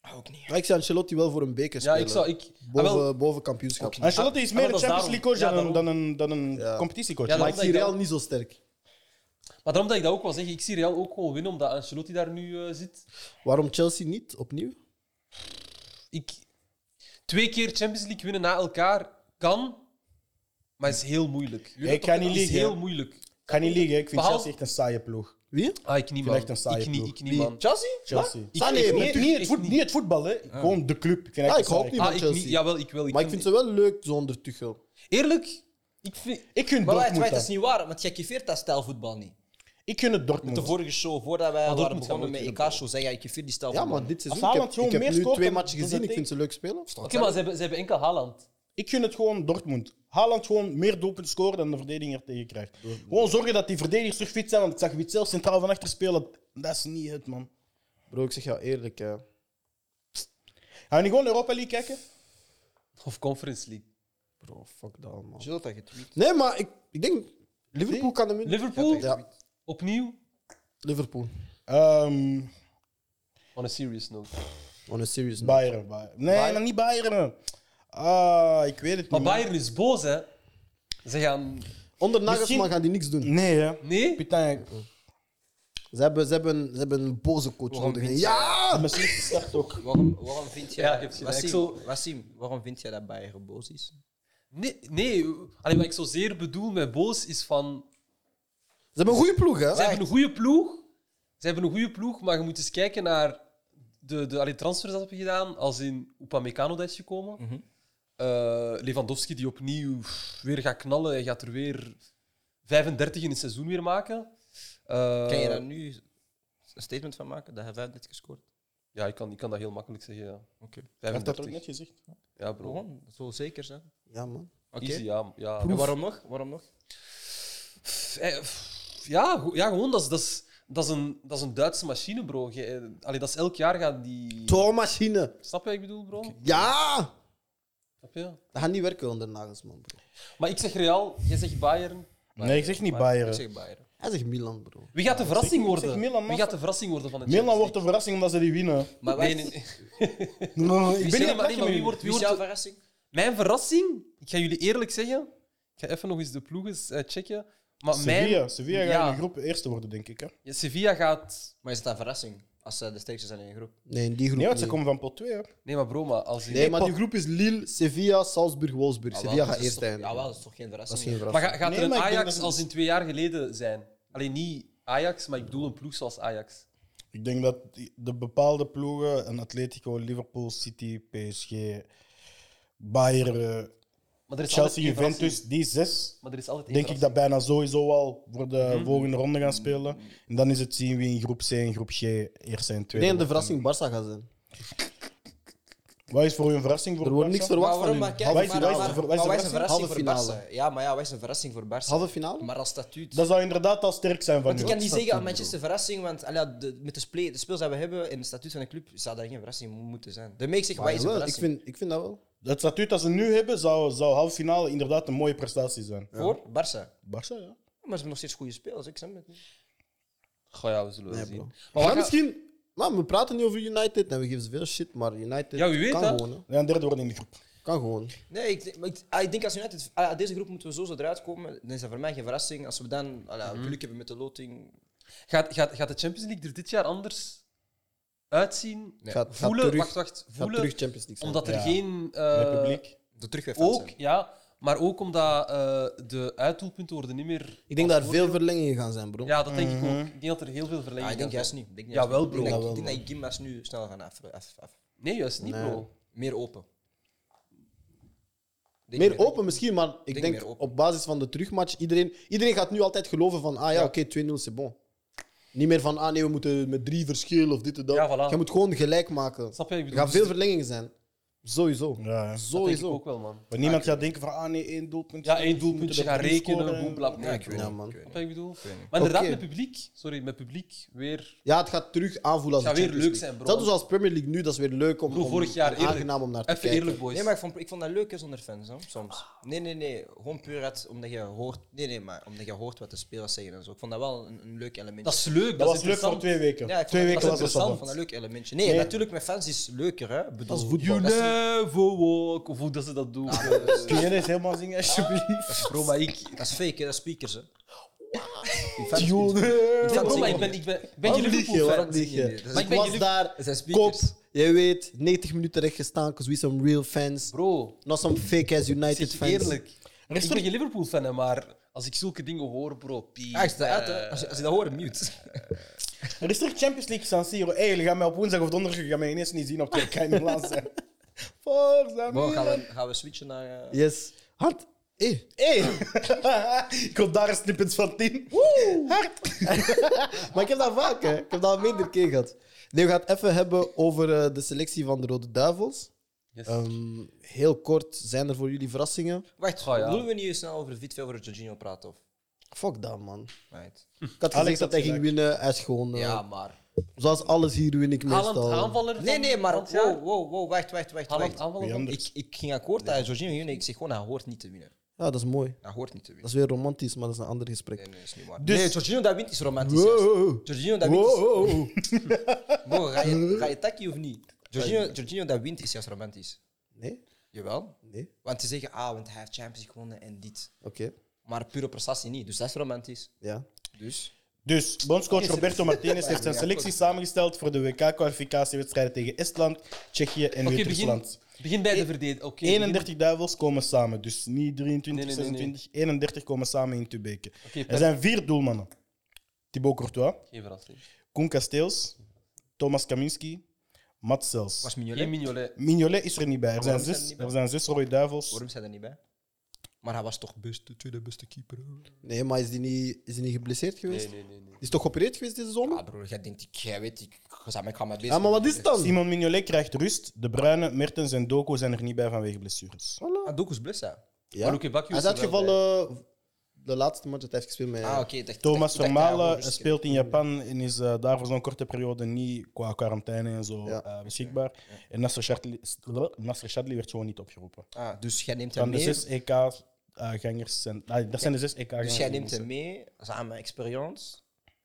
S3: Ah, Ook niet.
S1: Maar ik zie Ancelotti wel voor een beker
S4: Ja,
S1: spelen.
S4: ik zou. Ik, ah,
S1: Boven,
S4: wel,
S1: boven kampioenschap.
S4: Ook niet.
S2: Ancelotti is
S4: Ah,
S2: meer
S4: maar
S2: een
S4: dat is
S2: Champions League coach dan,
S4: daarom.
S2: een- dan een, dan een
S1: Ja.
S2: competitiecoach.
S4: Ja,
S1: Maar
S4: dat-
S1: ik zie Real niet zo sterk.
S4: maar daarom dat ik dat ook wel zeg, ik zie Real ook gewoon winnen omdat Ancelotti daar nu eh, zit.
S1: Waarom Chelsea niet opnieuw?
S4: Ik, twee keer Champions League winnen na elkaar kan, maar is heel moeilijk.
S2: ik ga niet
S4: is
S2: liegen,
S4: heel
S2: hè.
S4: moeilijk.
S2: Ik ga niet liegen, ik vind
S4: Behalve-
S2: Chelsea echt een saaie ploeg.
S1: Wie?
S4: Ah, ik niet,
S2: vind
S4: man.
S2: echt een saaie
S4: ik niet,
S2: ploeg.
S4: ik niet, man.
S3: Chelsea?
S2: Chelsea.
S4: Ik-
S1: Ah, nee,
S4: ik-
S1: maar
S2: niet,
S4: ik-
S2: niet, het voet,
S4: ik-
S2: niet het voetbal, hè. gewoon de club. Ik,
S1: Ja,
S2: vind echt
S1: ik
S2: een
S1: hou
S2: saaie
S1: ook niet
S4: Ah,
S1: van
S4: ik
S1: Chelsea.
S4: niet. Jawel, ik wel.
S1: Maar ik vind ze wel leuk zonder Tuchel.
S4: Eerlijk, ik vind...
S2: club. Ik gun
S3: Maar wacht,
S2: Dortmund
S3: wacht, dat
S2: dat.
S3: is niet waar, want jij kiveert dat stijl voetbal niet.
S2: Ik gun het
S3: Met de
S2: Dortmund.
S3: vorige show, voordat wij waren
S4: Dortmund
S3: begonnen
S4: gaat
S3: met
S4: nooit
S3: EK-show, zei jij, ik kiveert die stijl
S1: Ja,
S3: voetbal
S1: maar
S3: niet.
S1: dit seizoen.
S2: Als
S1: Ik heb,
S2: Haaland gewoon
S1: ik heb
S2: meer
S1: nu
S2: scoort
S1: twee
S2: dan-
S1: matchen
S2: dan
S1: gezien. Ik
S2: dat
S1: vind ze leuk spelen.
S4: Oké, maar ze hebben, ze hebben enkel Haaland.
S2: Ik gun het gewoon Dortmund. Haaland gewoon meer doelpunten scoren dan de verdediging er tegen krijgt. Gewoon zorgen dat die verdedigers terug fit zijn, want ik zag wie zelf centraal van achter spelen. Dat is niet het, man.
S1: Bro, ik zeg jou eerlijk. hè.
S2: Gaan we niet gewoon Europa League kijken?
S4: Of Conference League.
S1: Bro, fuck dat, man.
S3: Jill had dat getweet.
S1: Nee, maar ik, ik denk... Liverpool kan hem in.
S4: Liverpool,
S1: Ja,
S4: opnieuw.
S1: Liverpool.
S2: Ehm
S4: On a serious note.
S1: On a serious note.
S2: Bayern, Bayern. Nee, maar niet Bayern. Ah, ik weet het
S4: Maar
S2: niet. man.
S4: Bayern is boos, hè. Ze gaan...
S1: Onder Nagelsman
S2: Misschien-
S1: gaan die niks doen.
S2: Nee, hè.
S4: Nee?
S2: Putain,
S1: Ze hebben, ze hebben, ze hebben een boze coach
S3: Waarom
S1: nodig.
S3: niet?
S1: Ja!
S2: mijn slechte start ook.
S3: Waarom, waarom vind jij...
S4: Ja, je hebt gelijk.
S3: Wassim,
S4: Ik zou-
S3: Wassim, waarom vind jij dat Bayern boos is?
S4: Nee. nee. Allee, wat ik zozeer bedoel met boos is van...
S1: Ze hebben een goede ploeg, hè?
S4: Ze hebben een goede ploeg. Ze hebben een goede ploeg, maar je moet eens kijken naar de, de allee, transfers dat ze hebben gedaan. Als in Upamecano dat is gekomen.
S3: Mhm.
S4: Eh, Lewandowski die opnieuw pff, weer gaat knallen. Hij gaat er weer 35 in het seizoen weer maken. Eh,
S3: Kan je daar nu een statement van maken, dat hij 35 gescoord?
S4: Ja, ik kan, ik kan dat heel makkelijk zeggen. Ja.
S3: Oké.
S2: Hij heeft dat ook
S4: 35.
S2: net gezegd.
S4: Ja, bro.
S3: Waarom? Dat zal zeker zijn.
S1: Ja, man.
S3: Oké.
S4: Easy, ja. ja.
S3: En waarom nog? Waarom nog?
S4: Pff, eh, pff, Ja, go- ja, gewoon, dat is, dat, is, dat, is een, dat is een Duitse machine, bro. Je- eh, Allee, dat is elk jaar gaan die...
S1: Toonmachine.
S4: Snap je wat ik bedoel, bro?
S1: Ja!
S4: Snap je?
S1: Dat gaat niet werken onder Nagelsman, bro.
S4: Maar ik zeg Real, jij zegt Bayern.
S2: Nee, ik zeg niet
S3: Maar Ik
S2: Bayern.
S3: zeg Bayern.
S1: Hij zegt Milan, bro.
S4: Wie gaat de verrassing
S2: ik zeg
S4: worden?
S2: Milan, man.
S4: Wie gaat de verrassing worden van het
S2: Milan wordt een verrassing omdat ze die winnen.
S3: Maar wacht,
S4: Nee, nee, nee.
S2: ik
S4: zeg
S2: ben
S4: maar,
S2: niet
S4: nee, maar
S2: blij
S4: wie wordt-
S2: wordt...
S3: wie is jouw verrassing?
S4: Mijn verrassing, ik ga jullie eerlijk zeggen, ik ga even nog eens de ploegen eh, checken. Maar
S2: Sevilla.
S4: mijn...
S2: Sevilla gaat
S4: Ja.
S2: in de groep eerste worden, denk ik. Hè.
S4: Ja, Sevilla gaat...
S3: Maar is het een verrassing als ze de sterkste zijn in een groep?
S1: Nee, in die groep
S2: Nee, want ze
S1: niet.
S2: komen van pot 2. Hè.
S4: Nee, maar bro, maar als... je-
S1: Nee, maar
S2: pot-
S1: die groep is Lille, Sevilla, Salzburg, Wolfsburg. Sevilla gaat eerst
S3: zijn.
S1: eindigen.
S3: Ja, wel, Ah, dat is toch geen
S1: Dat
S3: verrassing?
S1: is geen
S4: Maar
S1: verrassing.
S4: ga- gaat
S2: Nee,
S4: er een
S2: maar ik denk
S4: Ajax
S2: dat-
S4: als in twee jaar geleden zijn? Alleen niet Ajax, maar ik bedoel een ploeg zoals Ajax.
S2: Ik denk dat die- de bepaalde ploegen, een Atletico, Liverpool, City, PSG, Bayern, eh,
S4: Maar er is
S2: Chelsea,
S4: altijd een verrassing.
S2: Juventus, die zes,
S4: Maar er is altijd één
S2: denk ik dat bijna
S4: verrassing.
S2: sowieso al voor de volgende ronde gaan spelen. En dan is het zien wie in groep C en groep G eerst en
S1: Ik denk
S2: tweede.
S1: dat de
S2: wordt.
S1: verrassing Barça gaat zijn.
S2: Wat is voor u een verrassing? Voor
S1: Er wordt
S2: Barca?
S1: niks
S3: Maar
S1: verwacht van
S3: waarom?
S1: hun.
S3: Maar kijk,
S2: Halve
S3: maar,
S1: Halve
S3: maar,
S2: finale.
S1: finale.
S2: Wat is de
S3: maar wij zijn verrassing
S1: Halve
S3: voor
S1: finale.
S3: Barça. Ja, maar ja, wij zijn verrassing voor Barça.
S1: Halve finale?
S3: Maar als statuut.
S2: Dat zou inderdaad al sterk zijn van
S3: want
S2: u.
S3: ik kan niet
S1: statuut,
S3: zeggen aan
S1: bro.
S3: Manchester verrassing, want allee, ja, de, met de, sple- de speels die we hebben en de statuut van de club zou daar geen verrassing mo- moeten zijn. Daarmee ik zeg,
S1: Maar
S3: wij is een
S1: jawel, ik,
S3: verrassing?
S1: vind, ik vind dat wel.
S2: Het statuut dat ze nu hebben, zou, zou halve finale inderdaad een mooie prestatie zijn.
S3: Voor Barça.
S2: Barça, ja.
S3: Maar ze hebben nog steeds goede spelers, ik snap het niet.
S4: Goh, ja, we zullen wel
S1: Nee,
S4: zien.
S1: bro.
S4: Maar
S1: Maar
S4: wat ga-
S1: misschien... Maar we praten niet over United en we geven ze veel shit, maar United
S4: Ja, wie weet,
S1: kan,
S4: hè?
S1: gewoon, hè.
S2: En derde worden in de groep.
S1: kan gewoon.
S3: Nee, ik, maar ik, ah, ik denk als United, ah, uit deze groep moeten we zo zo eruit komen, dan is dat voor mij geen verrassing. Als we dan allee,
S1: Mhm.
S3: geluk hebben met de loting.
S4: gaat, gaat, gaat de Champions League er dit jaar anders uitzien?
S3: Nee.
S1: Gaat, gaat
S4: voelen,
S1: terug,
S4: wacht, wacht.
S1: gaat
S4: Voelen,
S1: terug Champions League zijn.
S4: omdat er
S2: Ja.
S4: geen...
S2: Met
S4: eh,
S2: publiek.
S3: De terugweg van
S4: ook,
S3: zijn.
S4: ja. Maar ook omdat eh, de uitdoelpunten worden niet meer...
S1: Ik denk
S4: als
S1: dat er veel
S4: voordeel-
S1: verlengingen gaan zijn, bro.
S4: Ja, dat denk ik ook. Ik denk dat er heel veel verlengingen
S3: Ah, ik denk
S4: gaan
S3: juist
S4: zijn.
S3: niet. Ik denk juist
S4: Jawel,
S3: niet.
S4: bro.
S3: Ik denk,
S1: Jawel,
S3: ik denk dat Gimba's nu snel gaan af, af, af-
S4: Nee, juist niet,
S1: Nee.
S4: bro.
S3: Meer open. Ik denk
S1: Meer open misschien, maar ik
S3: denk
S1: denk,
S3: meer open.
S1: op basis van de terugmatch, iedereen, iedereen gaat nu altijd geloven van, ah ja,
S4: Ja.
S1: oké, 2-0, c'est bon. Niet meer van, ah nee, we moeten met drie verschil of dit en dat.
S4: Ja, voilà.
S1: Je moet gewoon gelijk maken.
S4: Snap je? wat Ik
S1: Er
S4: bedoel,
S1: gaan veel verlengingen zijn. Sowieso.
S2: Ja, ja.
S4: Dat denk ik
S1: Sowieso.
S4: ook wel, man.
S2: Maar niemand gaat denken van, ah nee, één doelpunt.
S4: Ja, één
S2: Moeten
S4: doelpuntje
S2: dat
S4: gaan
S2: drie
S4: rekenen,
S2: scoren.
S4: boem, blap. Nee,
S3: Ja,
S4: ik
S3: ik weet
S4: weet
S1: Ja,
S3: niet,
S1: man.
S3: ik weet
S4: wat
S3: niet.
S4: ik bedoel.
S3: Ik weet niet.
S4: Maar inderdaad,
S1: Oké.
S4: met publiek, sorry, met publiek weer.
S1: Ja, het gaat terug aanvoelen als
S4: Het
S1: de
S4: gaat weer
S1: Champions
S4: leuk
S1: League.
S4: zijn, bro.
S1: Dat is zoals Premier League nu, dat is weer leuk om,
S4: Ik bedoel,
S1: om-
S4: vorig jaar
S1: en
S4: eerlijk.
S1: aangenaam om naar te
S4: Even
S1: kijken.
S4: eerlijk, boys.
S3: Nee, maar ik vond, ik vond dat leuk hè, zonder fans, hè, soms. Nee, nee, nee. Gewoon puur uit, omdat je hoort... Nee, nee, maar omdat je hoort wat de spelers zeggen en zo. Ik vond dat wel een, een leuk elementje.
S4: Dat is
S2: Dat
S4: leuk, dat is
S2: was leuk voor
S4: interessant.
S2: twee weken.
S3: Ja, ik vond
S2: twee
S3: dat-
S2: weken
S3: dat
S2: was het
S3: is interessant.
S2: zo.
S3: Van een leuk elementje. Nee,
S2: Nee.
S3: natuurlijk, met fans is leuker, hè. Bedoel,
S1: Dat is voetbal.
S4: You
S1: Dat is-
S4: never walk, of hoe dat ze dat doen.
S2: Kun je dit helemaal zingen, alsjeblieft?
S4: Bro, maar ik...
S3: Dat is fake, hè. Dat is speakers, hè.
S2: Jongen.
S4: Ja,
S3: dat
S4: bro, maar
S3: zie
S4: ik
S3: je
S4: ben,
S3: niet.
S4: ik ben, ben
S1: Waarom
S4: je
S1: lieg je?
S4: Liverpool
S1: Waarom
S4: fan?
S1: lieg
S3: Zie je
S1: je? Dus
S3: niet. Dat
S1: Ik
S3: zijn-
S4: ben
S1: was
S4: jullie-
S1: daar,
S3: Dat zijn
S1: kop,
S3: speakers.
S1: jij weet, 90 minuten recht gestaan, because we some real fans.
S4: Bro,
S1: Not some fake-ass
S4: ik
S1: United
S4: zeg je
S1: fans.
S4: eerlijk. Ik ben geen Liverpool fan, hè, maar als ik zulke dingen hoor, bro, eh, pie.
S3: Ja, ik sta uit, hè. Als je, als je dat hoort, mute.
S2: Er is terug Champions League San Siro. Hey, jullie gaan mij op woensdag of donderdag jullie gaan mij ineens niet zien op Turkije in Milaan zijn. Forza
S3: Morgen gaan
S2: Milan.
S3: we, gaan we switchen naar... eh,
S1: Yes. Hard. Eh.
S2: Ik hoop daar een snippet van 10.
S1: Hard. maar ik heb dat vaak, hè. Ik heb dat al meerdere keer gehad. Nee, we gaan het even hebben over eh, de selectie van de Rode Duivels.
S4: Yes.
S1: Ehm, heel kort, zijn er voor jullie verrassingen?
S3: Wacht,
S4: Oh, ja.
S3: willen we niet snel over de fit over Jorginho praten? Of?
S1: Fuck dat, man.
S3: Right.
S1: Ik had
S2: Alex
S1: gezegd dat
S2: had
S1: hij ging
S2: gelijk.
S1: winnen. Hij is gewoon... eh,
S3: Ja, maar...
S1: Zoals alles hier win ik
S4: Haaland
S1: meestal.
S4: aanvaller
S3: Nee,
S4: van-
S3: nee,
S4: van
S3: maar...
S4: het jaar?
S3: Wow, wow, wow, wacht, wacht, wacht.
S4: Haaland
S3: wacht.
S4: aanvaller
S2: Wie
S4: van-
S2: anders?
S3: Ik, ik ging akkoord dat Jorginho ging. Ik zeg gewoon, hij hoort niet te winnen.
S1: Ja, dat is mooi.
S3: Hij hoort niet te
S1: Dat
S3: winnen.
S1: is weer romantisch, maar dat is een ander gesprek.
S3: Nee, nee, is niet waar.
S2: Dus-
S3: Nee, Jorginho dat wint is romantisch.
S1: Wow,
S3: juist.
S1: wow,
S3: Jorginho dat wint
S1: wow,
S3: is...
S1: wow, wow.
S3: Bro, ga je, ga je takkie of niet? Jorginho, Jorginho dat wint is juist romantisch.
S1: Nee?
S3: Jawel.
S1: Nee?
S3: Want ze zeggen, ah, want hij heeft Champions League gewonnen en dit.
S1: Oké.
S3: Maar pure prestatie niet. Dus dat is romantisch.
S1: Ja.
S3: Dus...
S2: Dus, bondscoach Roberto Martinez heeft zijn selectie samengesteld voor de WK-kwalificatiewedstrijden tegen Estland, Tsjechië en
S4: Oké, begin,
S2: Wit-Rusland.
S4: begin bij de verdediging. Oké, begin-
S2: 31 duivels komen samen, dus niet 23,
S4: Nee, nee, nee, nee.
S2: 26, 31 komen samen in Tubeke.
S4: Oké,
S2: Er
S4: Pep,
S2: zijn vier doelmannen. Thibaut Courtois,
S4: geen verrassing.
S2: Koen Kasteels, Thomas Kaminski, Mats Sels.
S3: Was
S4: Geen
S3: Mignolet?
S4: Mignolet.
S2: Mignolet is er niet bij. Er zijn
S3: Waarom is hij
S2: zes,
S3: er niet bij?
S2: er zijn zes rode duivels.
S3: Waarom zijn er niet bij? Maar hij was toch beste, tweede beste keeper.
S1: Nee, maar is die niet, is die niet geblesseerd geweest?
S4: Nee, nee, nee. nee.
S1: Die is toch geopereerd geweest deze zomer?
S3: Ah broer, jij denkt, ik, jij weet, ik, ik ga met gaan bezig.
S1: ja, Ah, maar wat is het dan?
S2: Simon Mignolet krijgt rust. De Bruyne, Mertens en Doko zijn er niet bij vanwege blessures.
S1: Voilà.
S3: Ah, Dokus Bless, hè?
S1: Ja.
S4: Maar Luke Bakio
S1: Hij is
S4: er wel
S1: uitgevallen de laatste match dat hij heeft gespeeld met...
S3: Ah, oké. ik dacht-
S2: Thomas
S3: ik dacht- ik dacht dat hij gewoon
S2: Vermalen
S3: rust
S2: speelt in Japan en is eh, daar voor zo'n korte periode niet qua quarantaine en zo
S1: Ja.
S2: eh, beschikbaar. En Nasser Chadli, Nasser Chadli werd gewoon niet opgeroepen.
S3: kent. Ah, dus jij neemt hem
S2: Van de
S3: mee.
S2: zes E EK-gangers zijn. ah, dat zijn de zes EK-gangers.
S3: Dus jij neemt hem mee, samen experience.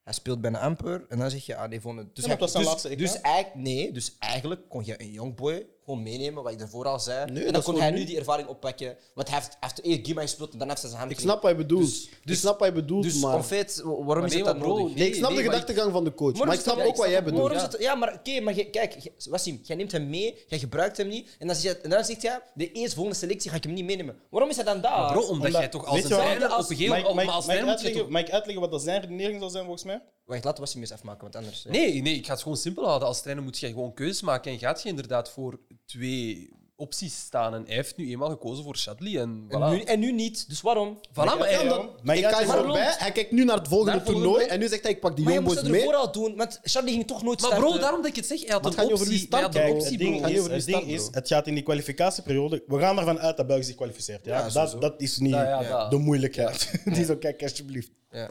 S3: Hij speelt bijna amper en dan zeg je, ah nee, vond het. Dus,
S2: Ja, maar het was zijn
S3: dus,
S2: laatste EK.
S3: dus eigenlijk, nee, dus eigenlijk kon je een young boy gewoon meenemen, wat ik daarvoor al zei.
S1: Nee,
S3: en
S1: dat
S3: dan
S1: is
S3: kon
S1: voor
S3: hij
S1: nu.
S3: nu die ervaring oppakken. Want hij heeft, hij heeft eerst Gima gespeeld en dan heeft hij zijn hand
S1: ik snap wat je bedoelt. ik snap wat je bedoelt,
S3: Dus
S1: maar...
S3: in feite, wa- waarom
S4: Maar
S3: is het
S4: nee,
S3: dat
S4: maar bro,
S3: nodig?
S1: Nee, ik snap
S4: nee,
S1: de
S4: maar
S1: gedachtegang van de coach, maar, ik snap
S3: ja,
S1: ook wat jij
S3: het.
S1: bedoelt.
S3: Waarom
S1: Ja.
S3: is het- Ja, maar oké, maar jij- kijk, jij- Wassim, jij neemt hem mee, jij gebruikt hem niet. En dan, zeg je, en dan zegt hij, de eerstvolgende selectie ga ik hem niet meenemen. Waarom is hij dan daar?
S4: bij. Bro, omdat jij toch als een
S2: Weet je wat?
S4: zijner op een gegeven
S2: Mag ik-
S4: moment... maar als
S2: mag ik-
S4: zijner
S2: mag ik
S4: moet je toch...
S2: uitleggen- Mag ik uitleggen wat dat zijn redenering zal zijn volgens mij?
S3: Wacht, laat Wassim eens afmaken, want anders... eh. ja.
S4: Nee, nee, ik ga het gewoon simpel houden. Als trainer moet je gewoon keuzes maken en gaat je inderdaad voor twee opties staan. En hij heeft nu eenmaal gekozen voor Shadley en voilà.
S3: En, nu, en nu niet, dus waarom?
S4: Voilà, maar
S1: Ja,
S4: ja,
S1: dan-
S2: Maar
S1: ik
S2: ja,
S1: ga je
S2: maar
S1: voorbij,
S3: waarom?
S1: hij kijkt nu naar het volgende
S4: Naar het volgende?
S1: toernooi en nu zegt hij, ik pak die
S3: Maar je
S1: young
S3: moest
S1: boys
S3: het
S1: mee.
S3: ervoor al doen, want Charlie ging toch nooit
S4: Maar
S3: starten.
S4: bro, daarom dat ik het zeg, hij had
S1: Maar het
S4: een
S1: gaat niet over wie
S4: optie. Hij had
S1: start,
S4: een
S2: Kijk,
S4: optie,
S2: het
S4: bro.
S2: ding,
S1: Gaat niet
S2: is,
S1: over wie
S2: het ding
S1: start,
S2: is,
S1: bro.
S2: het gaat in die kwalificatieperiode. We gaan ervan uit dat België zich kwalificeert. Ja?
S3: Ja,
S2: dat,
S3: sowieso.
S2: dat is niet
S4: Ja, ja, dat.
S2: de moeilijkheid. Die zo, kijk, alsjeblieft.
S3: Ja.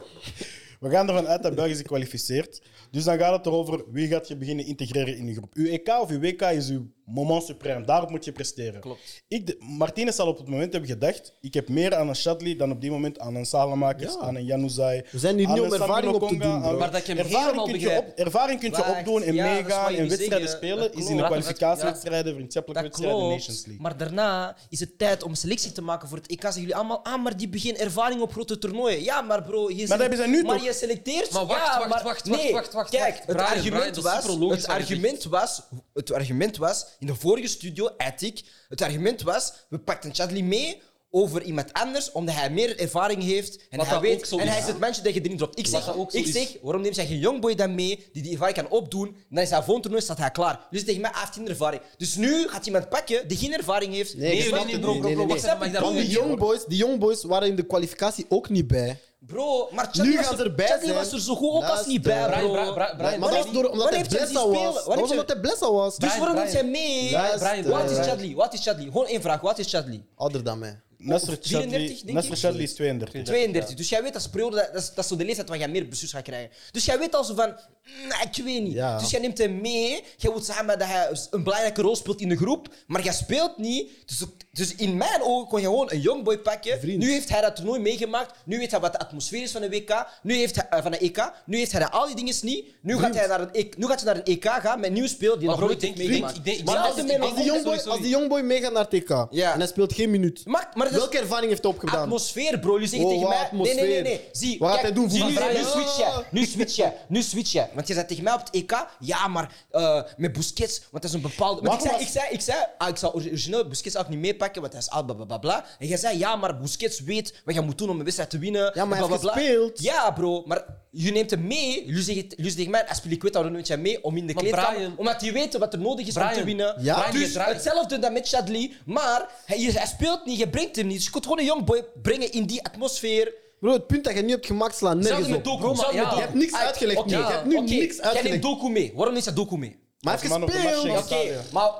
S2: We gaan ervan uit dat België zich kwalificeert. Dus dan gaat het erover wie gaat je beginnen integreren in je groep. Uw EK of uw WK is uw moment supreme. Daarop moet je presteren.
S3: Klopt.
S2: Ik de- Martinez zal op het moment hebben gedacht: ik heb meer aan een Shadley dan op dit moment aan een Salamakers,
S1: Ja.
S2: aan een Januzaj.
S1: We zijn hier
S2: aan
S1: niet
S2: een
S1: om ervaring
S2: Sambi
S1: op te
S2: Lokonga,
S1: doen,
S2: aan-
S1: bro.
S4: Maar dat je hem
S2: ervaring
S4: helemaal
S2: kun je,
S4: begrijpt.
S2: op, ervaring kun je
S3: Wacht,
S2: opdoen en
S3: ja, dat is wat
S2: meegaan
S3: je
S2: en
S3: wil
S2: wedstrijden
S3: zeggen.
S2: spelen,
S3: Dat
S2: is in de
S3: klopt.
S2: kwalificatiewedstrijden, vriendschappelijke wedstrijden, Nations League.
S3: maar daarna is het tijd om selectie te maken voor het EK. Zeggen jullie allemaal, ah, maar die begin ervaring op grote toernooien. Ja, maar bro, je
S2: dat hebben ze nu
S3: maar
S2: toch?
S3: je selecteert...
S4: Maar wacht,
S3: ja,
S4: wacht,
S3: maar-
S4: wacht,
S3: nee,
S4: wacht, wacht, wacht,
S3: Kijk,
S4: wacht.
S3: het
S4: Brian,
S3: argument
S4: Brian, dat is
S3: was...
S4: superlogisch
S3: Het
S4: wat je zegt.
S3: argument was... Het argument was, in de vorige studio, Attic, het argument was, we pakten Chadli mee over iemand anders, omdat hij meer ervaring heeft en
S4: Wat
S3: hij
S4: dat ook
S3: weet...
S4: zo
S3: En
S4: is,
S3: hij is
S4: hè?
S3: het mensje dat je erin dropt. Ik zeg,
S4: dat ook zo
S3: ik
S4: is.
S3: zeg Waarom neemt jij geen jongboy dan mee die die ervaring kan opdoen? Dan is hij volgend toernooi, staat hij klaar. Dus tegen mij hij heeft geen ervaring. Dus nu gaat iemand pakken die geen ervaring heeft.
S1: Nee,
S4: Nee,
S1: ik
S4: nee,
S1: snap
S4: nee,
S1: het
S4: bro,
S1: niet.
S4: bro, bro,
S1: Nee, nee,
S4: wacht,
S1: nee.
S4: mag ik daar
S1: Want
S4: ook
S1: die
S4: in?
S1: young boys, die young boys waren in de kwalificatie ook niet bij.
S3: Bro, maar Chadli
S1: Nu
S3: was
S1: gaan ze
S3: er-
S1: erbij
S3: Chadli
S1: zijn.
S3: was er zo goed ook als
S1: Luister.
S3: niet bij,
S4: Brian,
S3: bro.
S4: Brian, Brian, Brian,
S1: Maar dat is door, omdat
S3: Wanneer
S1: hij
S3: heeft hij die
S1: blessa
S3: spelen?
S1: was. Dat
S3: Wanneer
S1: was
S3: heeft
S1: omdat hij blessa was.
S3: Dus
S4: Brian,
S3: waarom doet hij
S4: Brian.
S3: mee?
S1: Luister.
S4: Brian,
S3: Wat is
S4: Brian.
S3: Chadli? Wat is Chadli? Gewoon één vraag. Wat is Chadli?
S1: Ouder dan mij.
S2: Nestor
S3: 34,
S2: Chadli
S3: denk
S2: Nestor
S3: ik.
S2: Chadli is 32.
S3: 32. Dus jij weet dat is periode, dat is, dat is zo de leeftijd waar jij meer bestuurs gaat krijgen. Dus jij weet al zo van, "Mm, ik weet niet.
S1: Ja.
S3: Dus jij neemt hem mee. Jij wilt samen dat hij een belangrijke rol speelt in de groep, maar jij speelt niet. Dus, dus in mijn ogen kon je gewoon een jongboy pakken.
S1: Vriend.
S3: Nu heeft hij dat toernooi meegemaakt. Nu weet hij wat de atmosfeer is van de WK. Nu heeft hij, eh, van de EK. Nu heeft hij dat al die dingen niet. Nu gaat, hij naar een EK, nu gaat hij naar een EK gaan met nieuw speel die
S4: Maar
S3: nog
S4: bro,
S3: nooit
S4: ik
S3: heeft
S4: denk, ik denk,
S3: meegemaakt.
S4: ik denk, ik
S3: Maar
S4: denk-
S3: als de
S4: ik
S3: men-
S4: denk-
S1: Als die jongboy,
S4: sorry,
S1: als die
S4: sorry.
S1: jongboy meegaat naar TK
S3: Ja.
S1: en hij speelt geen minuut.
S3: Maar, maar dat is-
S1: Welke ervaring heeft hij opgedaan?
S3: Atmosfeer, bro. Je zegt
S1: Oh,
S3: tegen
S1: wat
S3: mij. Nee, nee, nee,
S1: atmosfeer?
S3: nee. Zie,
S1: Wat gaat hij doen?
S3: Zie, nu,
S1: Voetbal
S3: nu
S1: draaien?
S3: switch jij. Nu switch jij. Nu switch jij. Want je zei tegen mij op het EK. Ja, maar eh, met Busquets. Want dat is een bepaalde. Want ik
S2: Waarom
S3: zei,
S2: was-
S3: ik zei, ik zei ah, ik zou origineel Busquets ook niet meepakken. Want hij is oud, bla bla bla, bla. En jij zei ja, maar Busquets weet wat je moet doen om een wedstrijd te winnen.
S1: Ja, maar hij
S3: bla, bla,
S1: heeft
S3: bla.
S1: gespeeld.
S3: Ja, bro. Maar je neemt hem mee. Je zegt, je zegt tegen mij. Aspel, ik weet dat neemt jij mee om in de
S4: Maar
S3: kleedkamer.
S4: Brian-
S3: Omdat je weet wat er nodig is om te
S4: Brian,
S3: winnen.
S1: Ja.
S4: Brian,
S3: Dus
S4: je draait-
S3: hetzelfde dan met Chadli, maar hij, hij speelt niet, je brengt hem niet. Dus je kunt gewoon een young boy brengen in die atmosfeer.
S1: Bro, het punt dat je nu hebt gemaakt slaat nergens
S3: Hetzelfde
S1: op.
S3: met Doku.
S4: Bro, maar
S3: hetzelfde
S4: ja.
S3: met Doku.
S4: Je
S1: hebt niks
S3: Ah,
S1: uitgelegd
S3: oké,
S1: nu. Je hebt nu
S3: oké,
S1: niks
S3: Jij
S1: uitgelegd.
S3: neemt Doku mee. Waarom is dat Doku mee?
S1: Maar hij
S2: Als
S1: heeft
S2: man op de match
S1: gespeeld.
S2: ging.
S3: Oké, maar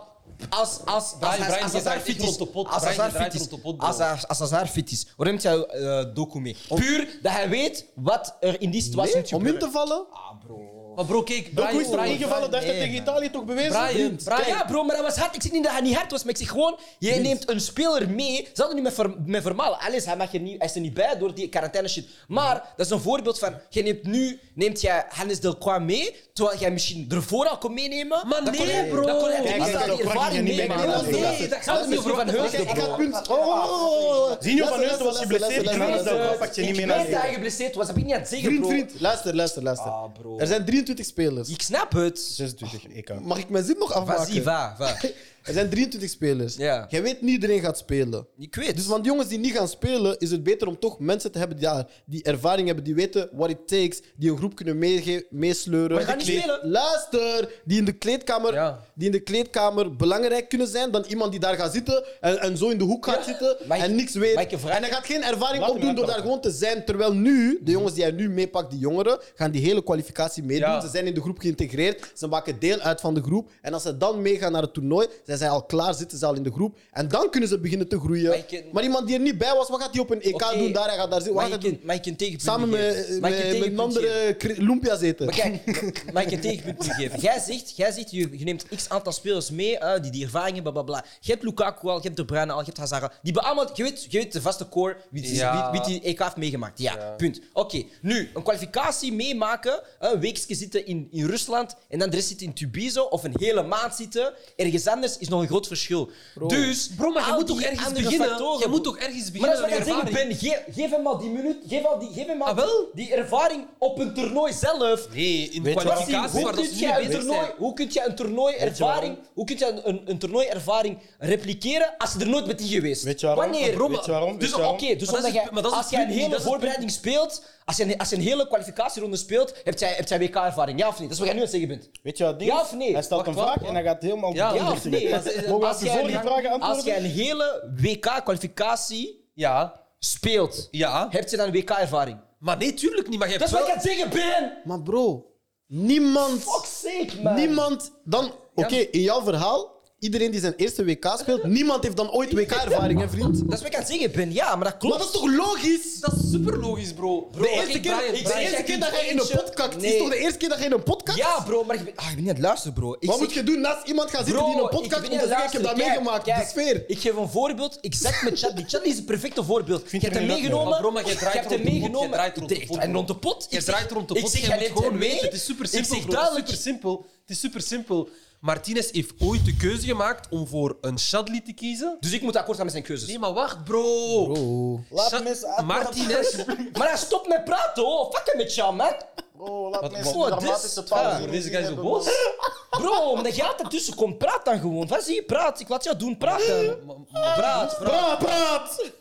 S3: als, als, als,
S4: Brian,
S3: als,
S4: Brian,
S3: als
S4: je
S3: Hazard
S4: draait
S3: fit
S4: echt
S3: is,
S4: rond de pot.
S3: als
S4: Brian, je
S3: Hazard
S4: draait
S3: fit is,
S4: rond de pot, bro.
S3: als Hazard- als Hazard fit is, waarom neemt jij eh Doku mee? Puur dat hij weet wat er in die situatie moet
S1: Nee, om in
S3: gebeuren.
S1: te vallen?
S3: Ah, bro.
S4: Maar bro, kijk,
S2: Doku
S4: Brian,
S2: is er
S4: Brian,
S2: ingevallen, dat heeft hij
S3: dus- nee,
S2: tegen Italië toch bewezen?
S4: Brian,
S3: Ja,
S4: Brian,
S3: ja, bro, maar dat was hard. Ik zeg niet dat hij niet hard was, maar ik zeg gewoon, je neemt een speler mee. Ze hadden nu met, ver, met Vermaelen. Alles, hij, mag er niet, hij is er niet bij door die quarantaine shit.
S4: Mm-hmm.
S3: Maar dat is een voorbeeld van, je neemt nu neemt jij Hannes Delcroix mee, terwijl jij misschien ervoor al kon meenemen.
S4: Maar
S3: Dan kon
S4: nee,
S3: hij-
S4: bro.
S3: Dan kon hij
S2: Kijk,
S3: tenminste
S2: Hannes
S3: al die
S2: Delcroix
S3: ervaring
S2: ging je niet
S3: meenemen.
S2: meenemen.
S3: Nee,
S4: Nee, dat
S3: dat gaat
S4: gaat
S3: het niet over Van Heusden,
S1: Ik had het
S3: bro.
S1: punt. Oh, oh, oh, oh.
S2: Zinho
S1: Luister,
S2: van Heusden was
S1: luister,
S2: geblesseerd.
S1: luister,
S2: Hannes
S1: luister,
S2: Delcroix
S1: luister.
S2: pakt je niet mee
S3: Ik
S2: naar
S3: weet dat
S2: de
S3: hij geblesseerd was, dat ben ik niet aan het zeggen,
S1: Vriend,
S3: bro.
S1: vriend, luister, luister, luister.
S3: Ah, bro.
S1: Er zijn 23 spelers.
S3: Ik snap het.
S2: 26 EK.
S1: Mag ik mijn zin nog
S3: Vas-y,
S1: afmaken?
S3: va, va.
S1: Er zijn 23 spelers.
S3: Ja.
S1: Jij weet niet iedereen gaat spelen.
S3: Ik weet.
S1: Dus van die jongens die niet gaan spelen, is het beter om toch mensen te hebben die, ja, die ervaring hebben, die weten what it takes, die een groep kunnen meege- meesleuren.
S3: Maar die gaan niet
S1: Die kleed-
S3: spelen.
S1: Luister! Die in, de kleedkamer,
S4: Ja.
S1: die in de kleedkamer belangrijk kunnen zijn dan iemand die daar gaat zitten en, en zo in de hoek gaat zitten
S3: Mag ik-
S1: en niks weet.
S3: mag ik je vragen?
S1: En hij gaat geen ervaring
S2: Laat hem
S1: opdoen door daar
S2: uitpraten.
S1: gewoon te zijn. Terwijl nu,
S3: Mhm.
S1: de jongens die hij nu meepakt, die jongeren, gaan die hele kwalificatie meedoen.
S4: Ja.
S1: Ze zijn in de groep geïntegreerd, ze maken deel uit van de groep. En als ze dan meegaan naar het toernooi, zijn zij al klaar, zitten ze al in de groep. En dan kunnen ze beginnen te groeien.
S3: Maar je-
S1: Maar iemand die er niet bij was, wat gaat hij op een EK
S3: Oké,
S1: doen daar? Hij gaat daar zitten. Wat
S3: Mag
S1: gaat
S3: ik
S1: hij doen?
S3: een- mag ik een tegenpunt
S1: Samen met,
S3: geven? Mag ik een
S1: met, met een
S3: tegenpunt geven?
S1: andere kri- Lumpia zeten.
S3: Maar kijk, mag ik een tegenpunt geven? Jij zegt, jij zegt je, je neemt x aantal spelers mee eh, die die ervaring hebben, bla bla bla. Je hebt Lukaku al, je hebt De Bruyne al, je hebt Hazard al. Die hebben allemaal, je weet, je weet de vaste core wie die,
S4: Ja.
S3: wie, wie die EK heeft meegemaakt. Ja, punt. Oké, nu, een kwalificatie meemaken, een weekje zitten in, in Rusland en dan de rest zitten in Tubizo of een hele maand zitten ergens anders is nog een groot verschil. Dus,
S4: Bro, maar je
S3: al
S4: moet toch
S3: die
S4: ergens
S3: andere
S4: beginnen?
S3: factoren-
S4: Je moet toch ergens
S3: Maar dat is
S4: beginnen
S3: wat
S4: met
S3: ik aan het zeggen
S4: ervaring?
S3: ben. Geef, geef hem al die minuut, geef, al die, geef hem al
S4: Ah, wel?
S3: die ervaring op een toernooi zelf.
S4: Nee, in de
S1: Weet je wat?
S4: kwalificatie
S3: Hoe
S4: waar dat
S3: kun,
S4: ze
S3: jij
S4: nu
S3: een
S4: bezig
S3: toernooi,
S4: zijn.
S3: hoe kun je een toernooiervaring, hoe kun je een, een, een toernooiervaring repliceren als je er nooit bent in geweest?
S2: Weet je waarom?
S3: Wanneer?
S4: Bro,
S2: Weet je waarom?
S3: Dus
S2: Weet je
S3: oké,
S2: waarom?
S3: dus omdat
S4: Maar dat is het-
S3: jij-
S4: maar dat is
S3: als
S4: het
S3: jij een
S4: punt niet,
S3: hele
S4: dat is het
S3: voorbereiding speelt, als je, een- als je een hele kwalificatieronde speelt, heb jij, heb jij WK-ervaring, ja of niet? Dat is wat jij nu aan het zeggen bent.
S2: Weet je wat ding
S3: Ja
S2: is?
S3: of nee?
S2: Hij stelt een
S4: Wacht, wacht,
S2: vraag en hij gaat helemaal...
S4: Ja,
S3: Ja
S4: dat
S3: of
S4: is-
S3: nee?
S4: dat is-
S2: Mogen we
S3: Als
S2: als de
S3: jij
S2: vorige
S3: een-
S2: vragen
S3: Als jij
S2: antwoorden?
S3: een hele WK-kwalificatie
S4: Ja,
S3: speelt,
S4: ja.
S3: heb je dan WK-ervaring?
S4: Maar nee, tuurlijk niet. Maar jij
S3: Dat
S4: hebt
S3: is wat ik
S4: wel...
S3: aan het zeggen ben!
S1: Maar bro, niemand,
S3: Fuck sake, man!
S1: niemand dan. Oké, in jouw verhaal, iedereen die zijn eerste WK speelt, niemand heeft dan ooit WK-ervaring, hè, vriend?
S3: Dat is wat ik aan het zeggen ben, ja, maar dat klopt.
S1: Maar dat is toch logisch?
S4: Dat is super logisch, bro.
S1: De eerste keer,
S4: Brian,
S1: de
S4: Brian,
S1: eerste
S4: jij
S1: keer
S4: kunt
S1: dat jij in een
S3: eentje-
S1: podcast
S3: Nee.
S1: is toch de eerste keer dat jij in een podcast?
S3: Ja, bro, maar ik ben, ah, ik ben niet aan het luisteren, bro. Ik
S1: Wat
S3: zeg-
S1: moet je doen naast iemand gaan zitten
S3: Bro,
S1: die in een
S3: ik ben
S1: podcast
S3: niet
S1: komt en
S3: aan het
S1: zeggen, ik heb dat
S3: luisteren.
S1: meegemaakt,
S3: Kijk,
S1: de sfeer.
S3: kijk, Ik geef een voorbeeld. Exact met Chadli. Chadli is een perfecte voorbeeld. Je
S2: vind
S3: hebt
S2: er
S3: hem
S2: niet leuk mee.
S3: meegenomen.
S4: Maar bro, maar jij draait
S3: je hebt hem
S4: rond de pot,
S3: meegenomen.
S4: jij draait rond de
S3: Ik-
S4: pot,
S3: En
S4: bro.
S3: rond de pot.
S4: Je
S3: Ik zeg-
S4: draait rond de
S3: ik
S4: pot.
S3: zeg,
S4: jij
S3: jij
S4: moet
S3: neemt hem
S4: gewoon
S3: mee.
S4: weten. Het is super
S3: Ik
S4: simpel.
S3: zeg
S4: bro. Het is
S3: duidelijk.
S4: super simpel. Het is super simpel. Martinez heeft ooit de keuze gemaakt om voor een Shadli te kiezen.
S3: Dus ik moet akkoord gaan met zijn keuzes.
S4: Nee, maar wacht, bro.
S2: Laat
S4: Sha-
S2: mensen uitpraten.
S4: Martinez.
S3: Maar hij stopt met praten, hoor. Fuck hem met jou, man.
S2: Oh, laat
S3: wat-
S2: mensen
S3: wat-
S2: dramatische
S3: dit-
S2: pauze
S3: ja,
S2: hier
S4: Deze guy is zo
S2: hebben,
S4: boos.
S2: man.
S3: Bro, omdat jij altijd tussen komt, praat dan gewoon. Wat zie je? Praat. Ik laat jou doen. Praat dan.
S4: Maar- maar-
S3: Praat, praat.
S1: Praat, praat!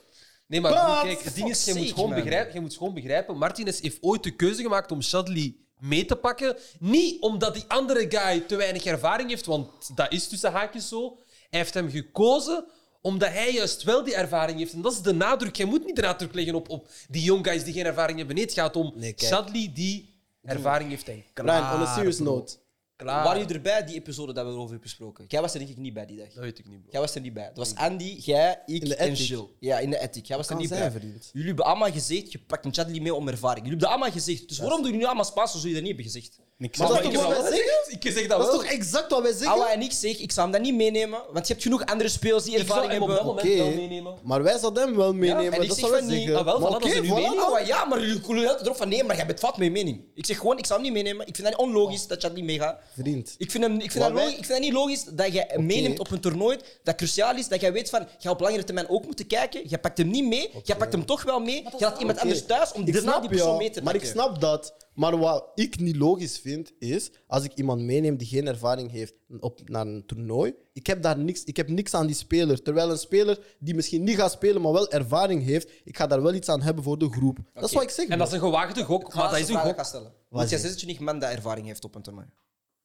S4: Nee, maar
S1: Praat!
S4: broer, kijk, het ding is, je
S3: Fuck
S4: moet,
S3: sake,
S4: gewoon
S3: man.
S4: begrijpen, je moet gewoon begrijpen, Martinez heeft ooit de keuze gemaakt om Shadley mee te pakken. Niet omdat die andere guy te weinig ervaring heeft, want dat is tussen haakjes zo. Hij heeft hem gekozen Omdat hij juist wel die ervaring heeft. En dat is de nadruk. Je moet niet de nadruk leggen op, op die young guys die geen ervaring hebben. Nee, het gaat om
S3: Nee, kijk.
S4: Sadly die ervaring heeft. En
S1: Brian,
S4: klaar,
S1: on a serious
S4: bro.
S1: note.
S4: Klaar.
S3: Waren jullie erbij die episode dat we erover hebben besproken? Jij was er denk ik niet bij die dag.
S4: Dat weet ik niet, bro.
S3: Jij was er niet bij. Het was Andy, jij, ik
S1: In de
S3: en
S1: ethic.
S3: Jill. Ja, in de ethic. Jij was er
S1: Kan
S3: niet
S1: zij
S3: bij.
S1: verdiend.
S3: Jullie hebben allemaal gezegd, je pakt een Chadli mee om ervaring. Jullie hebben dat allemaal gezegd. Dus waarom doen jullie allemaal Spaans als jullie dat niet hebben gezegd?
S2: Niks.
S1: Maar
S3: Oh,
S4: Maar
S1: dat
S4: ik
S1: is toch
S4: heb
S1: wat
S4: dat
S1: wij
S4: wel gezegd. Ik zeg dat
S1: Dat is
S4: wel.
S1: toch exact wat wij zeggen?
S3: Awa en ik zeg, ik zou hem dat niet meenemen, want je hebt genoeg andere spelers die
S4: Ik zal
S3: ervaring
S4: hem op
S3: hebben.
S4: dat moment
S1: Oké.
S4: wel meenemen.
S1: Maar wij zouden hem wel meenemen.
S3: en ik
S1: dat
S3: zeg
S1: zou
S3: van
S1: wij
S3: niet,
S1: zeggen.
S3: ah, wel,
S1: Maar
S3: voilà, dat is
S1: oké,
S3: nu
S1: voilà.
S3: mening. Ah, ja, maar jullie koelen altijd erop van nee, maar jij bent fout met je mening. Ik zeg gewoon, ik zou hem niet meenemen. Ik vind dat onlogisch dat Chadli meegaat.
S1: Vriend.
S3: Ik vind, hem, ik, vind
S1: Wat
S3: dat
S1: wij-
S3: logi- ik vind dat niet logisch dat jij hem meeneemt op een toernooi dat cruciaal is, dat jij weet van, jij op langere termijn ook moeten kijken. Jij pakt hem niet mee, jij pakt hem toch wel mee. Je laat iemand
S1: Oké.
S3: anders thuis om
S1: Ik
S3: daarna die
S1: snap
S3: persoon
S1: jou,
S3: mee te
S1: Maar
S3: pakken.
S1: ik snap dat. Maar wat ik niet logisch vind, is als ik iemand meeneem die geen ervaring heeft op, naar een toernooi, ik heb daar niks, ik heb niks aan die speler. Terwijl een speler die misschien niet gaat spelen, maar wel ervaring heeft, ik ga daar wel iets aan hebben voor de groep. Dat is wat ik zeg.
S4: En
S1: bro.
S4: dat is een gewaagde gok,
S3: Ik ga
S4: maar dat
S3: eens
S4: is een
S3: vraag
S4: gok.
S3: gaan stellen.
S1: Wat
S3: Moet
S1: is
S3: jij
S1: dit?
S3: 26 man dat ervaring heeft op een toernooi?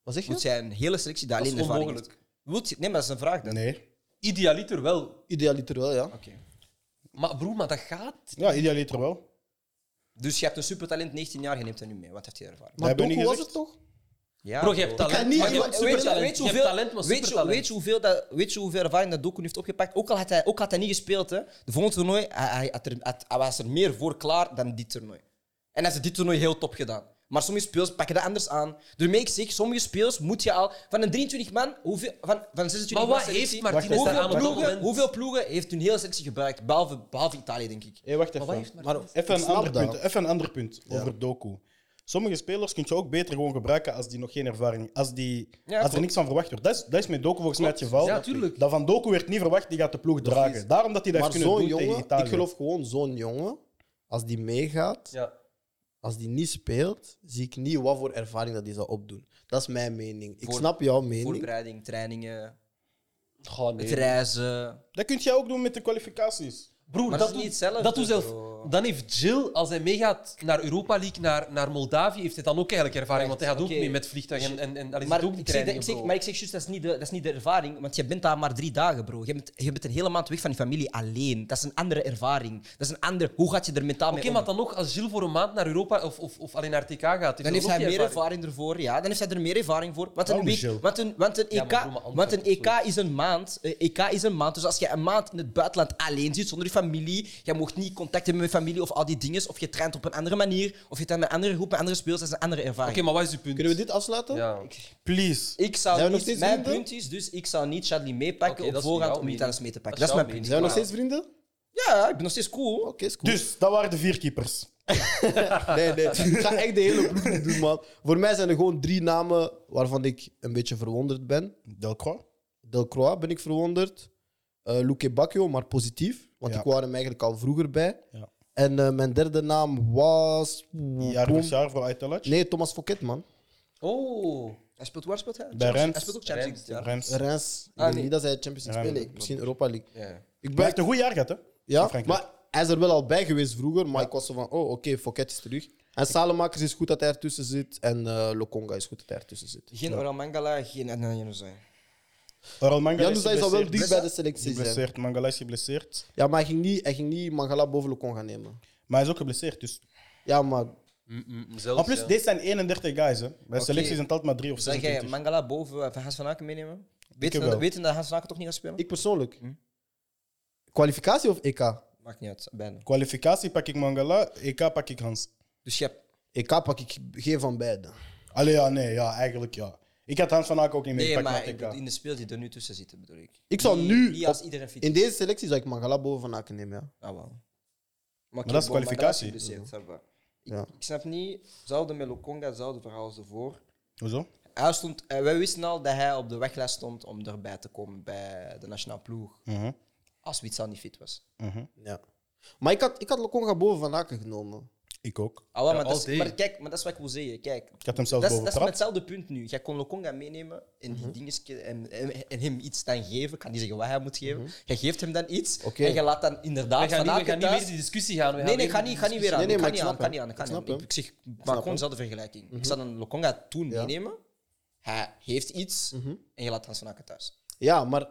S1: Wat zeg je?
S3: Moet jij een hele selectie dat
S4: Dat
S3: alleen
S4: is
S3: ervaring
S4: onmogelijk.
S3: heeft? Moet je- Nee, maar dat is een vraag dan.
S2: Nee.
S4: Idealiter wel.
S1: Idealiter wel, ja.
S4: Maar broer, maar dat gaat.
S2: Ja, idealiter wel.
S3: Dus je hebt een supertalent, 19 jaar, je neemt hem nu mee. Wat heeft hij ervaring?
S1: Maar
S2: hebben we
S1: Doku
S2: niet
S1: was
S2: gezegd.
S1: het toch?
S3: Ja,
S4: Bro, je hebt
S1: ga
S4: talent.
S1: niet-
S4: maar je
S1: weet
S4: hebt
S1: je- weet je
S4: supertalent.
S3: weet je
S4: Je hebt
S3: hoeveel-
S4: talent, maar
S3: Weet je,
S4: supertalent.
S3: weet, je hoeveel dat, weet je hoeveel ervaring dat Doku heeft opgepakt? Ook al had hij, ook had hij niet gespeeld, hè. de volgende toernooi hij, hij, had er- had- hij was er meer voor klaar dan dit toernooi. En hij heeft dit toernooi heel top gedaan. Maar sommige spelers pakken dat anders aan. Daarmee ik zeg, sommige spelers moet je al... Van een 23 man, hoeveel, van, van een 26
S4: Maar
S3: man
S4: wat heeft
S3: selectie,
S4: Martinez
S2: Wacht,
S4: daar aan
S3: hoeveel,
S4: op dat
S3: ploegen,
S4: moment?
S3: hoeveel ploegen heeft hun hele selectie gebruikt? Behalve, behalve Italië, denk ik.
S2: Hé, wacht even.
S4: Maar wat heeft Martinez-
S1: Maar
S2: Even een,
S1: Ik snap
S2: ander
S1: dat.
S2: punt, even een ander punt over Doku. Sommige spelers kun je ook beter gewoon gebruiken als die nog geen ervaring als, die,
S3: Ja,
S2: als er
S3: klopt.
S2: niks van verwacht wordt. Dat is, dat is met Doku volgens mij het geval.
S4: Ja, tuurlijk.
S2: Dat van Doku werd niet verwacht, die gaat de ploeg
S1: Precies.
S2: dragen. Daarom dat hij dat
S1: Maar
S2: heeft kunnen
S1: zo'n
S2: doen tegen
S1: jongen,
S2: Italië.
S1: ik geloof gewoon zo'n jongen, als die meegaat,
S4: Ja.
S1: als die niet speelt, zie ik niet wat voor ervaring dat die zou opdoen. Dat is mijn mening. Ik
S3: Voor-
S1: snap jouw mening.
S3: Voorbereiding, trainingen,
S4: Goh, nee.
S3: het reizen.
S2: Dat kun jij ook doen met de kwalificaties.
S4: Broer,
S3: Maar dat
S4: dat
S3: is
S4: doet-
S3: niet hetzelfde,
S4: Dat doet zelf.
S3: bro.
S4: Dan heeft Jill, als hij meegaat naar Europa League, naar, naar Moldavië, heeft hij dan ook eigenlijk ervaring. Want hij gaat ook
S3: Oké.
S4: mee met vliegtuig en, en, en allee, ze
S3: Maar
S4: doen ook die
S3: ik, zeg, dat- ik
S4: trainingen,
S3: zeg,
S4: bro.
S3: maar ik zeg juist, dat is, niet de, dat is niet de ervaring. Want je bent daar maar drie dagen, bro. Je bent, je bent een hele maand weg van je familie alleen. Dat is een andere ervaring. Dat is een andere... Hoe gaat je er mentaal
S4: Oké,
S3: mee om?
S4: maar dan nog, als Jill voor een maand naar Europa of, of, of alleen naar TK gaat, heeft
S3: Dan heeft
S4: ook
S3: hij
S4: die
S3: meer ervaring ervoor, ja. Dan heeft hij er meer ervaring voor. Want een,
S2: Waarom,
S3: week-
S2: Jill?
S3: want een, want een,
S4: Ja,
S3: EK,
S4: maar doe maar antwoord
S3: want een EK
S4: op zoiets.
S3: is een maand. Eh, EK is een maand. Dus als je een maand in het buitenland alleen zit, zonder je familie, jij mocht niet contact hebben met je familie of al die dingen, of je traint op een andere manier, of je traint met een andere groep, met andere spelers, dat is een andere
S4: Oké,
S3: ervaring.
S4: maar wat is uw punt?
S1: Kunnen we dit afsluiten?
S4: Ja.
S2: Please.
S3: Ik
S1: Zijn
S3: zou
S1: we nog
S3: niet,
S1: steeds
S3: mijn
S1: vrienden?
S3: punt is dus, ik zou niet Chadli meepakken
S4: Oké,
S3: op
S4: dat is
S3: voorhand
S4: jouw
S3: om niet
S4: mening.
S3: alles mee te pakken.
S4: Dat
S3: Dat
S4: is
S3: is mijn
S4: jouw
S3: punt.
S1: Zijn we nog steeds vrienden? Oké,
S3: Ja, ik ben nog steeds cool.
S1: is cool.
S2: Dus, dat waren de vier keepers.
S1: Nee, nee. Ik ga echt de hele ploeg niet doen, man. Voor mij zijn er gewoon drie namen waarvan ik een beetje verwonderd ben.
S2: Delcroix.
S1: Delcroix ben ik verwonderd. Eh Luke Bacchio, maar positief. Want
S2: Ja.
S1: ik wou hem eigenlijk al vroeger bij.
S2: Ja.
S1: En eh, mijn derde naam was...
S2: Jaar per jaar voor Aytelac.
S1: Nee, Thomas Fouquet, man.
S4: Oh,
S3: Hij speelt waar speelt hij?
S2: Bij Rennes.
S3: Hij speelt ook Champions League. dit jaar.
S2: Reims. Hij
S1: Rens. Ik
S3: Ah,
S1: denk
S3: nee.
S1: niet dat hij Champions League
S2: Ja,
S1: speelt.
S2: klopt.
S1: Misschien Europa League.
S3: Ja.
S1: Ik ben,
S2: heeft een goed jaar gehad, hè? in
S1: ja,
S2: Frankrijk.
S1: maar hij is er wel al bij geweest vroeger. Maar ik was zo van, oh, oké, Fouquet is terug. En Salemakers is goed dat hij ertussen zit. En eh, Lokonga is goed dat hij ertussen zit.
S3: Geen Oral Mangala, geen Adnan Januzaj.
S2: Oral Mangala is
S1: Janus hij zou wel dicht
S2: geblesseerd.
S1: bij de selectie zijn.
S2: geblesseerd. Mangala is geblesseerd.
S1: Ja, maar hij ging niet, hij ging niet Mangala boven Lokonga nemen.
S2: Maar hij is ook geblesseerd, dus...
S1: Ja, maar
S4: M- m- zelfs,
S2: En plus,
S4: ja.
S2: deze zijn 31 guys, hè. Bij selectie zijn het altijd maar drie of
S3: Zou jij
S2: 26.
S3: Mangala boven van Hans van Aken meenemen? Weten
S2: wel.
S3: dat, weten dat Hans van Aken toch niet gaat spelen?
S1: ik persoonlijk.
S2: Hm?
S1: Kwalificatie of EK?
S3: Maakt niet uit, bijna.
S2: Kwalificatie pak ik Mangala, EK pak ik Hans.
S3: Dus je hebt...
S1: EK pak ik geen van beide.
S2: Allee, ja, nee, ja, eigenlijk ja. Ik had Hans van Aken ook niet
S3: Nee,
S2: meegepakt
S3: maar
S2: naar
S3: ik
S2: het
S3: bedoel,
S2: EK.
S3: in de speel die er nu tussen zitten, bedoel ik.
S1: Ik zou
S3: Niet-
S1: nu
S3: Niet als
S1: op-
S3: iedereen fit
S1: In deze selectie zou ik Mangala boven Van Aken nemen. Ja.
S3: Ah, wel.
S2: dat is kwalificatie.
S1: Ja.
S3: Ik snap niet, zouden met Lokonga, zouden verhaal ervoor.
S2: Hoezo?
S3: Hij stond, eh, wij wisten al dat hij op de weglijst stond om erbij te komen bij de nationale ploeg.
S2: Mhm,
S3: Als Witsan niet fit was.
S2: mhm.
S1: Ja. Maar ik had, ik had Lokonga boven Van Aken genomen.
S2: Ik ook.
S3: Ah, wel,
S4: Ja,
S3: maar, dat
S4: all
S3: is,
S4: day.
S3: maar kijk, maar dat is wat ik wil zeggen. Kijk,
S2: Ik had hem
S3: dat
S2: zelfs
S3: is, dat
S2: boven
S3: is met
S2: Prat.
S3: hetzelfde punt nu. Jij kon Lokonga meenemen en,
S1: Mhm.
S3: die dingetjes- en, en, en hem iets dan geven. Ik kan niet zeggen wat hij moet geven. Jij geeft hem dan iets
S1: Mhm. Oké.
S3: en je laat dan inderdaad
S4: We gaan, niet,
S3: vandaag
S4: we gaan niet
S3: thuis-
S4: meer die discussie gaan. We gaan
S3: Nee, nee,
S4: weer
S3: ik ga
S4: die
S3: niet, ga niet weer aan.
S1: Nee, nee,
S3: ik
S1: maar
S3: ga
S1: ik
S3: niet aan,
S1: snap
S3: kan
S1: hem.
S3: niet aan. ik kan
S1: Ik
S3: niet aan.
S1: snap
S3: Ik,
S1: hem.
S3: ik zeg, maak
S1: snap
S3: gewoon
S1: hem. Mhm.
S3: dezelfde vergelijking. Ik zal een Lokonga toen
S1: Ja. Mhm.
S3: meenemen. Hij heeft iets en je laat Hans van Aken thuis.
S1: Ja, maar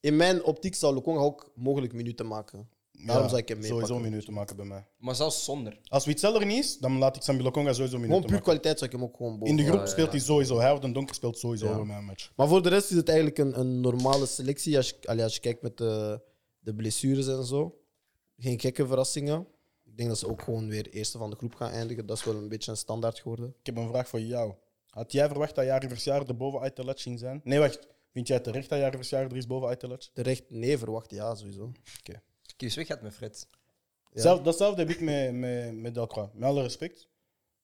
S1: in mijn optiek zou Lokonga ook mogelijk minuten maken. Daarom zou ik hem
S2: Sowieso
S1: meepakken.
S2: minuten maken bij mij.
S3: Maar zelfs zonder.
S2: Als Witzeller niet is, dan laat ik Sambi Lokonga sowieso
S1: Gewoon
S2: minuten
S1: puur
S2: maken.
S1: kwaliteit zou ik hem ook gewoon boven.
S2: In de groep
S3: Oh,
S4: ja,
S2: speelt hij sowieso. Hij of de Donker speelt sowieso
S1: Ja.
S2: over mijn match.
S1: Maar voor de rest is het eigenlijk een, een normale selectie. Als je, allee, als je kijkt met de, de blessures en zo. Geen gekke verrassingen. Ik denk dat ze ook gewoon weer eerste van de groep gaan eindigen. Dat is wel een beetje een standaard geworden.
S2: Ik heb een vraag voor jou. Had jij verwacht dat Jari Verschaar er boven Aitelac ging zijn? Nee, wacht. Vind jij terecht dat Jari Verschaar er is boven Aitelac?
S1: Terecht, nee, verwacht ja, sowieso.
S3: Kies weg gaat met Fred.
S1: Ja.
S2: Zelf, datzelfde heb ik met, met, met Delcroix. Met alle respect.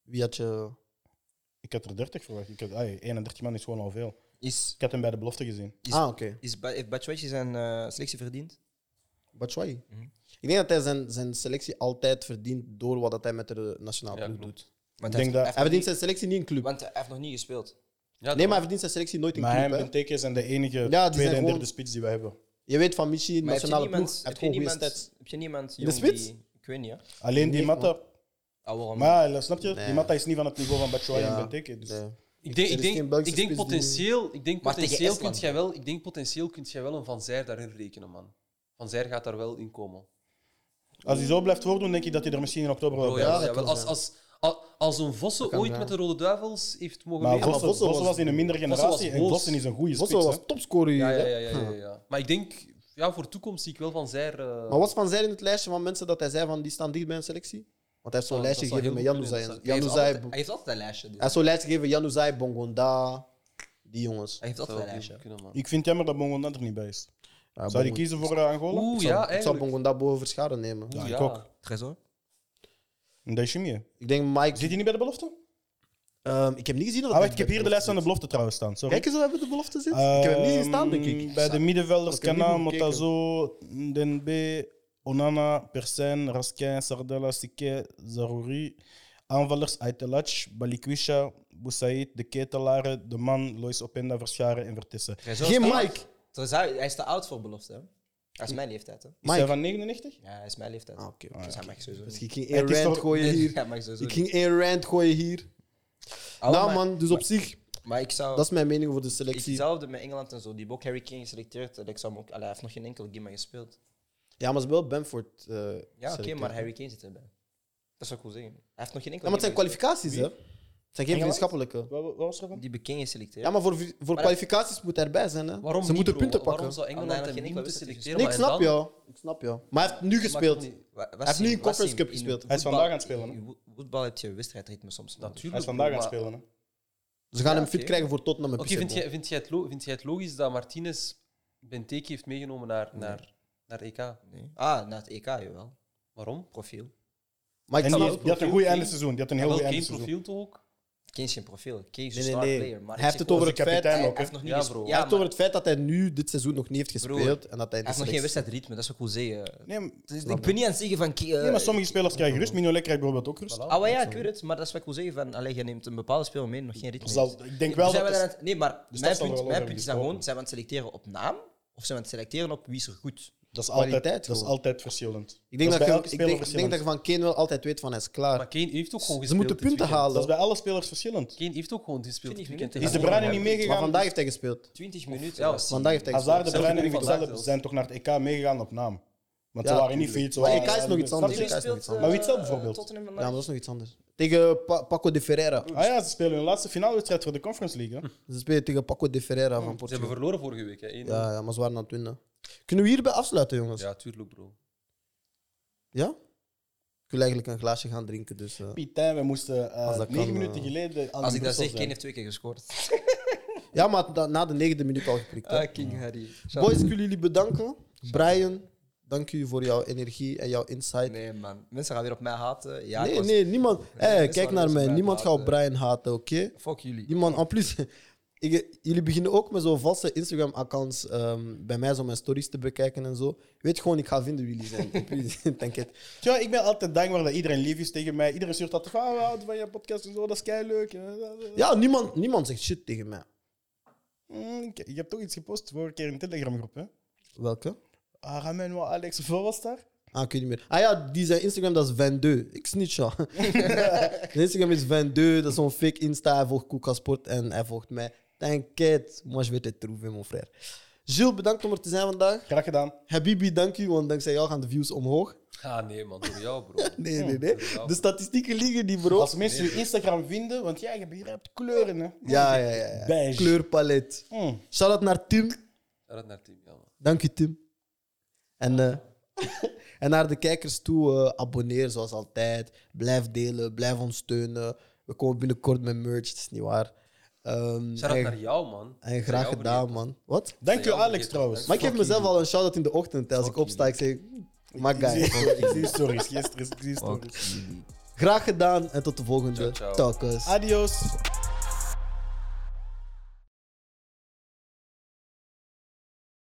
S1: Wie had je.
S2: Ik had er 30 verwacht. Ik had, ai, 31 man is gewoon al veel.
S3: Is,
S2: Ik had hem bij de belofte gezien.
S3: is,
S1: Ah, oké.
S3: is, Ba- heeft Batshuayi zijn eh, selectie verdiend?
S1: Batshuayi.
S2: Mhm.
S1: Ik denk dat hij zijn, zijn selectie altijd verdient door wat dat hij met de nationale
S4: Ja,
S1: ploeg
S4: klopt.
S1: doet.
S3: Want
S2: Ik denk
S1: Hij
S2: dat-
S3: heeft nog
S1: verdient
S3: niet-
S1: zijn selectie niet in club.
S3: Want hij heeft nog niet gespeeld.
S4: Ja,
S1: Nee, maar hij verdient zijn selectie nooit in
S2: Maar hij
S1: club. hè.
S2: en Teke zijn de enige
S1: zijn
S2: tweede en
S1: gewoon-
S2: derde spits die wij hebben.
S1: Je weet van Michi,
S3: Maar heb je
S1: nationale
S3: niemand-
S1: ploeg,
S3: heb
S1: heeft
S3: je
S1: gewoon goede
S3: niemand-
S1: stats.
S3: Heb je niemand
S1: In de
S3: jong
S1: spits?
S3: die- Ik weet niet, ja.
S2: Alleen die
S1: Nee,
S2: Matta.
S3: Ah, waarom?
S2: Maar ja, snap je?
S1: Nee.
S2: Die Matta is niet van het niveau van Batshuayi
S1: Ja.
S2: en Benteke. Dus
S1: Nee.
S4: Ik denk,
S1: Er
S4: ik
S1: is geen
S4: denk,
S1: Belgische
S4: ik denk
S1: spits die-
S4: potentieel, ik denk
S3: Maar tegen
S4: potentieel
S3: Estland.
S4: kunt jij wel, ik denk potentieel kunt jij wel een Van Zijr daarin rekenen, man. Van Zijr gaat daar wel in komen.
S2: Als hij zo blijft voordoen, denk ik dat hij er misschien in oktober wel
S4: Bro,
S2: bij
S4: ja,
S1: dat
S4: ja, wel,
S1: kan
S4: als,
S1: zijn.
S4: als, als, als een Vossen
S1: kan
S4: ooit
S1: zijn.
S4: met de Rode Duivels heeft mogen
S2: Maar
S4: meedoen-
S2: Vossen,
S1: Vossen
S2: Vossen
S1: was-
S2: was in een minder
S4: Vossen
S2: generatie
S4: was
S2: en
S4: Bos.
S2: Vossen is een goede spits.
S1: Vosso was
S2: hè.
S1: topscorer hier.
S4: ja, ja,
S1: hè.
S4: ja, ja, ja, ja. Maar ik denk, ja, voor toekomst zie ik wel Van Zijr... eh,
S1: Maar was Van Zijl in het lijstje van mensen dat hij zei van die staan dicht bij een selectie? Want hij heeft zo'n
S4: Dat-
S1: lijstje
S4: Ah, dat zou
S1: gegeven met
S4: heel goed
S1: Januzaj. en-
S4: kunnen
S3: Hij heeft,
S1: Januzaj-
S3: altijd, hij heeft altijd een lijstje. dus.
S1: Hij heeft zo'n lijstje gegeven Januzaj, Bongonda, die jongens.
S3: Hij heeft
S4: zou
S3: altijd een
S4: ook
S3: lijstje.
S4: kunnen, man.
S2: Ik vind jammer dat Bongonda er niet bij is.
S1: Ja,
S2: Zou je
S1: Bongon-
S2: kiezen voor eh, Angola?
S1: Ik
S4: Oeh,
S1: zou- Ik
S4: ja,
S1: zou
S4: eigenlijk.
S1: Bongonda boven Verscharen nemen.
S2: Ja,
S4: Oeh,
S2: ik ook.
S3: Trezor?
S2: En Daishimiye.
S1: Ik denk
S2: Zit
S1: Mike...
S2: hij niet bij de belofte?
S1: ehm, ik heb niet gezien dat
S2: Ah,
S1: hij
S2: wacht, ik heb hier de lijst van de belofte trouwens staan. Sorry.
S1: Kijk eens hoe hij bij de belofte zit. ik heb hem niet zien staan, denk
S2: Ehm,
S1: ik.
S2: Bij de middenvelders
S1: Ik heb niet
S2: Kana,
S1: goed gekeken.
S2: Motazo, Denbe, Onana, Persijn, Raskin, Sardella, Sike, Zarouri. Aanvallers Aitelac, Balikwisha, Boussaïd, De Ketelaren, De Man, Lois Openda, Verscharen en Vertissen.
S3: Trezor
S1: Geen
S3: is te-
S1: Mike.
S3: Trezor, hij is te oud voor belofte. hè. Hij is mijn leeftijd, hè?
S2: Is
S1: Mike.
S2: hij van 99?
S3: Ja, hij is mijn leeftijd.
S1: Ah, oké, oké.
S3: Dus hij mag sowieso
S1: Dus
S3: niet.
S1: ik ging
S2: Het
S1: één
S2: is
S1: rand
S2: toch-
S1: gooien hier.
S3: Hij mag sowieso
S1: Ik
S3: niet.
S1: ging één rand gooien hier.
S3: Allo,
S1: nou
S3: maar-
S1: man, dus op zich,
S3: Maar ik zou...
S1: dat is mijn mening over de
S3: Ik
S1: selectie.
S3: zelfde met Engeland en zo, die hebben ook Harry Kane geselecteerd. En ik zou hem ook, allee, hij heeft nog geen enkele game meer gespeeld.
S1: Ja, maar ze wel Benford. eh,
S3: Ja, oké,
S1: selecteren.
S3: maar Harry Kane zit erbij. Dat zou ik wel zeggen. Hij heeft nog geen
S1: Ja,
S3: enkele
S1: maar het zijn
S3: game meer
S1: kwalificaties, hè? Het zijn geen
S2: Engeland?
S1: vriendschappelijke.
S2: Wat, wat was er
S3: gespeeld.
S2: van?
S3: Die bekend geselecteerd.
S1: Ja, maar voor, voor
S3: Maar-
S1: kwalificaties moet hij erbij zijn, hè?
S4: Waarom
S1: ze
S4: niet,
S1: moeten
S4: bro?
S1: punten
S4: Waarom
S1: pakken.
S4: zou
S3: Omdat
S4: Engeland
S3: hij
S4: hem
S3: geen
S4: niet
S3: enkele
S4: moeten
S3: wedstrijd
S4: selecteren?
S1: Nee, ik
S4: maar
S1: snap
S4: en dan-
S1: jou. Ik snap jou. Maar hij heeft nu
S4: maakt toch
S1: gespeeld.
S4: niet-
S1: Hij heeft nu een Conference Cup gespeeld.
S2: Hij is vandaag aan het spelen, hè?
S3: In wo- voetbal heb je wedstrijdritme soms. nodig.
S4: Natuurlijk.
S2: Hij is vandaag aan het
S4: maar-
S2: spelen. Hè?
S1: Ze gaan
S3: Ja,
S1: hem fit
S3: oké.
S1: krijgen voor Tottenham. en
S4: Oké,
S1: PSV,
S4: vind,
S1: bro.
S4: jij, vind, jij het lo- vind jij het logisch dat Martinez Benteke heeft meegenomen naar, naar, naar EK?
S3: Nee. Ah, na het EK, jawel.
S4: Waarom?
S3: Profiel.
S1: Maar ik
S2: En
S1: snap
S2: die,
S1: het
S2: die had een
S1: profiel.
S2: goede einde seizoen. Die had een heel
S4: Wel
S2: goede einde
S4: geen
S2: seizoen.
S4: profiel toch ook?
S3: Kane is geen profiel. Kane is een
S1: Nee, nee,
S3: star
S1: nee.
S3: player. Maar
S1: Hij heeft
S3: ik
S1: het
S3: zeg
S1: over
S2: Als
S1: het
S2: de
S1: feit. Hij
S2: kapitein
S3: gewoon,
S2: ook,
S3: Hij
S2: hè?
S3: heeft nog niet
S4: Ja,
S3: gespeeld.
S4: bro.
S1: heeft
S3: Ja,
S1: het over
S3: maar
S1: het feit dat hij nu dit seizoen nog niet heeft
S3: Broer,
S1: gespeeld. en dat hij in de
S3: Hij heeft nog geen
S1: selectie-
S3: wedstrijdritme, dat is ook wel zeggen.
S2: Nee, maar-
S3: Dus ik ben niet aan het zeggen van... Kane, eh,
S2: nee, maar sommige spelers krijgen rust. Mignolet krijgt bijvoorbeeld ook rust.
S3: Ah, maar ja, ik weet het, maar dat is wat ik wil zeggen. Van, allee, je neemt een bepaalde speler mee, nog geen ritme.
S2: Zal-
S3: heeft.
S2: ik denk wel
S3: Zijn we
S2: Dus dat-
S3: dan aan het- nee, maar
S2: Dus dat
S3: mijn
S2: zal er
S3: punt,
S2: wel
S3: mijn
S2: over
S3: punt is dan
S2: gesproken.
S3: gewoon: zijn we aan het selecteren op naam of zijn we aan het selecteren op wie is er goed?
S2: Dat is altijd,
S1: Kwaliteit
S2: dat is
S1: gewoon.
S2: altijd verschillend.
S1: Ik denk dat,
S2: is bij
S1: je-
S2: elke
S1: ik
S2: speler
S1: denk, ik denk
S2: verschillend.
S1: dat je van Kane wel altijd weet van hij is klaar.
S4: Maar Kane heeft ook gewoon gespeeld
S1: Ze moeten
S4: dit
S1: punten
S4: weekend.
S2: Dat is
S1: halen.
S2: bij alle spelers verschillend.
S4: Kane heeft ook gewoon gespeeld dit
S3: 20
S4: weekend.
S3: minuten.
S2: Is de
S4: tegen
S2: Bruine niet
S4: Anderlecht.
S1: Maar
S2: meegegaan?
S1: vandaag heeft hij gespeeld.
S3: 20 minuten.
S4: ja,
S3: was zien.
S1: Vandaag heeft hij
S2: Hazard,
S1: gespeeld.
S2: de Bruine en
S4: Vandaag
S2: Van Zijl
S4: zelfs.
S2: zijn toch naar het EK meegegaan op naam. Want ze
S1: Ja,
S2: waren niet
S1: tuurlijk.
S2: fit. ze
S1: Maar
S2: waren-
S1: EK is nog iets
S2: Snap
S1: anders.
S2: je?
S1: EK is nog iets anders.
S2: Maar wie hetzelfde bijvoorbeeld?
S3: Tottenham
S1: Ja, maar
S3: vandaag.
S1: dat is nog iets anders. Tegen Pa- Paco de Ferreira.
S2: Ah ja, ze spelen hun laatste finalewedstrijd voor de Conference League. hè.
S1: Ze spelen tegen Paco de Ferreira van
S4: Ze hebben
S1: Portugal.
S4: verloren vorige week, hè. 1-0.
S1: Ja, ja, maar ze waren aan het winnen. Kunnen we hierbij afsluiten, jongens? Ja?
S4: Ja, tuurlijk, bro.
S1: Ik wil eigenlijk een glaasje gaan drinken, dus... eh.
S2: Pietijn, we moesten eh,
S1: Als dat
S2: negen
S1: kan, eh,
S2: minuten geleden aan
S3: Als ik
S2: Brussel
S3: dat zeg, Kane
S2: zijn.
S3: heeft twee keer gescoord.
S1: Ja, maar da- na de negende minuut al geprikt. hè.
S3: Ah, King Harry.
S1: Boys, ik wil jullie bedanken. Brian, dank u voor jouw energie en jouw insight. Nee,
S3: Nee, man. Mensen gaan weer op mij haten. Ja, ik
S1: nee,
S3: was-
S1: niemand...
S3: Nee,
S1: eh,
S3: mensen
S1: kijk
S3: waren
S1: naar
S3: dus
S1: mij.
S3: Brian
S1: Niemand gaat op
S3: haten.
S1: Brian haten, oké?
S3: Fuck jullie.
S1: Iemand, en plus, ik- jullie beginnen ook met zo'n vaste Instagram-accounts ehm, bij mij, zo mijn stories te bekijken en zo. Weet gewoon, ik ga vinden wie jullie zijn. Please, Denk het.
S2: Tja, ik ben altijd dankbaar dat iedereen lief is tegen mij. Iedereen stuurt altijd van, ah, we houden van je podcast en zo, dat is kei leuk.
S1: Ja, niemand, niemand zegt shit tegen mij.
S2: Mm, ik, ik heb toch iets gepost vorige keer in de Telegram-groep. hè.
S1: Welke?
S2: Ah, Ramen, wat Alex, of wat was daar?
S1: Ah, ik weet niet meer. Ah ja, die zijn Instagram, dat is 22. Ik snitch ja. Zijn Instagram is 22, dat is zo'n fake Insta. Hij volgt Koeka Sport en hij volgt mij. T'inquiète, moi je vais te trouver, mon frère. Gilles, bedankt om er te zijn vandaag.
S2: Graag gedaan.
S1: Habibi, dank u, want dankzij jou gaan de views omhoog.
S4: Ah, nee, man, door jou, bro.
S1: Nee, nee, nee.
S4: Ja.
S1: De statistieken liegen niet, bro.
S2: Als mensen je Instagram vinden, want jij hebt- je hebt kleuren, hè.
S1: Ja, ja, ja. ja.
S2: Beige.
S1: Kleurpalet.
S2: Hmm.
S1: Shout-out naar Tim.
S4: Red naar team, ja, man.
S1: Dank u, Tim. En, eh, en naar de kijkers toe, eh, abonneer zoals altijd. Blijf delen, blijf ons steunen. We komen binnenkort met merch, het is niet waar. Ehm,
S4: Shout-out
S1: en,
S4: naar jou, man.
S1: en graag
S4: Naar jou,
S1: gedaan,
S4: Brian.
S1: man. Wat?
S2: Dank je,
S4: Ja,
S2: Alex,
S4: vergeet-
S2: trouwens.
S1: Maar ik geef mezelf al een shout-out in de ochtend. hè. Als ik
S4: Fuck
S1: opsta, ik zeg... "Mm, My
S2: Ik zie-
S1: guy.
S2: Ik zie stories, gisteren. Ik zie stories.
S1: Graag gedaan en tot de volgende.
S4: Ciao, ciao.
S1: Talkers.
S2: Adios.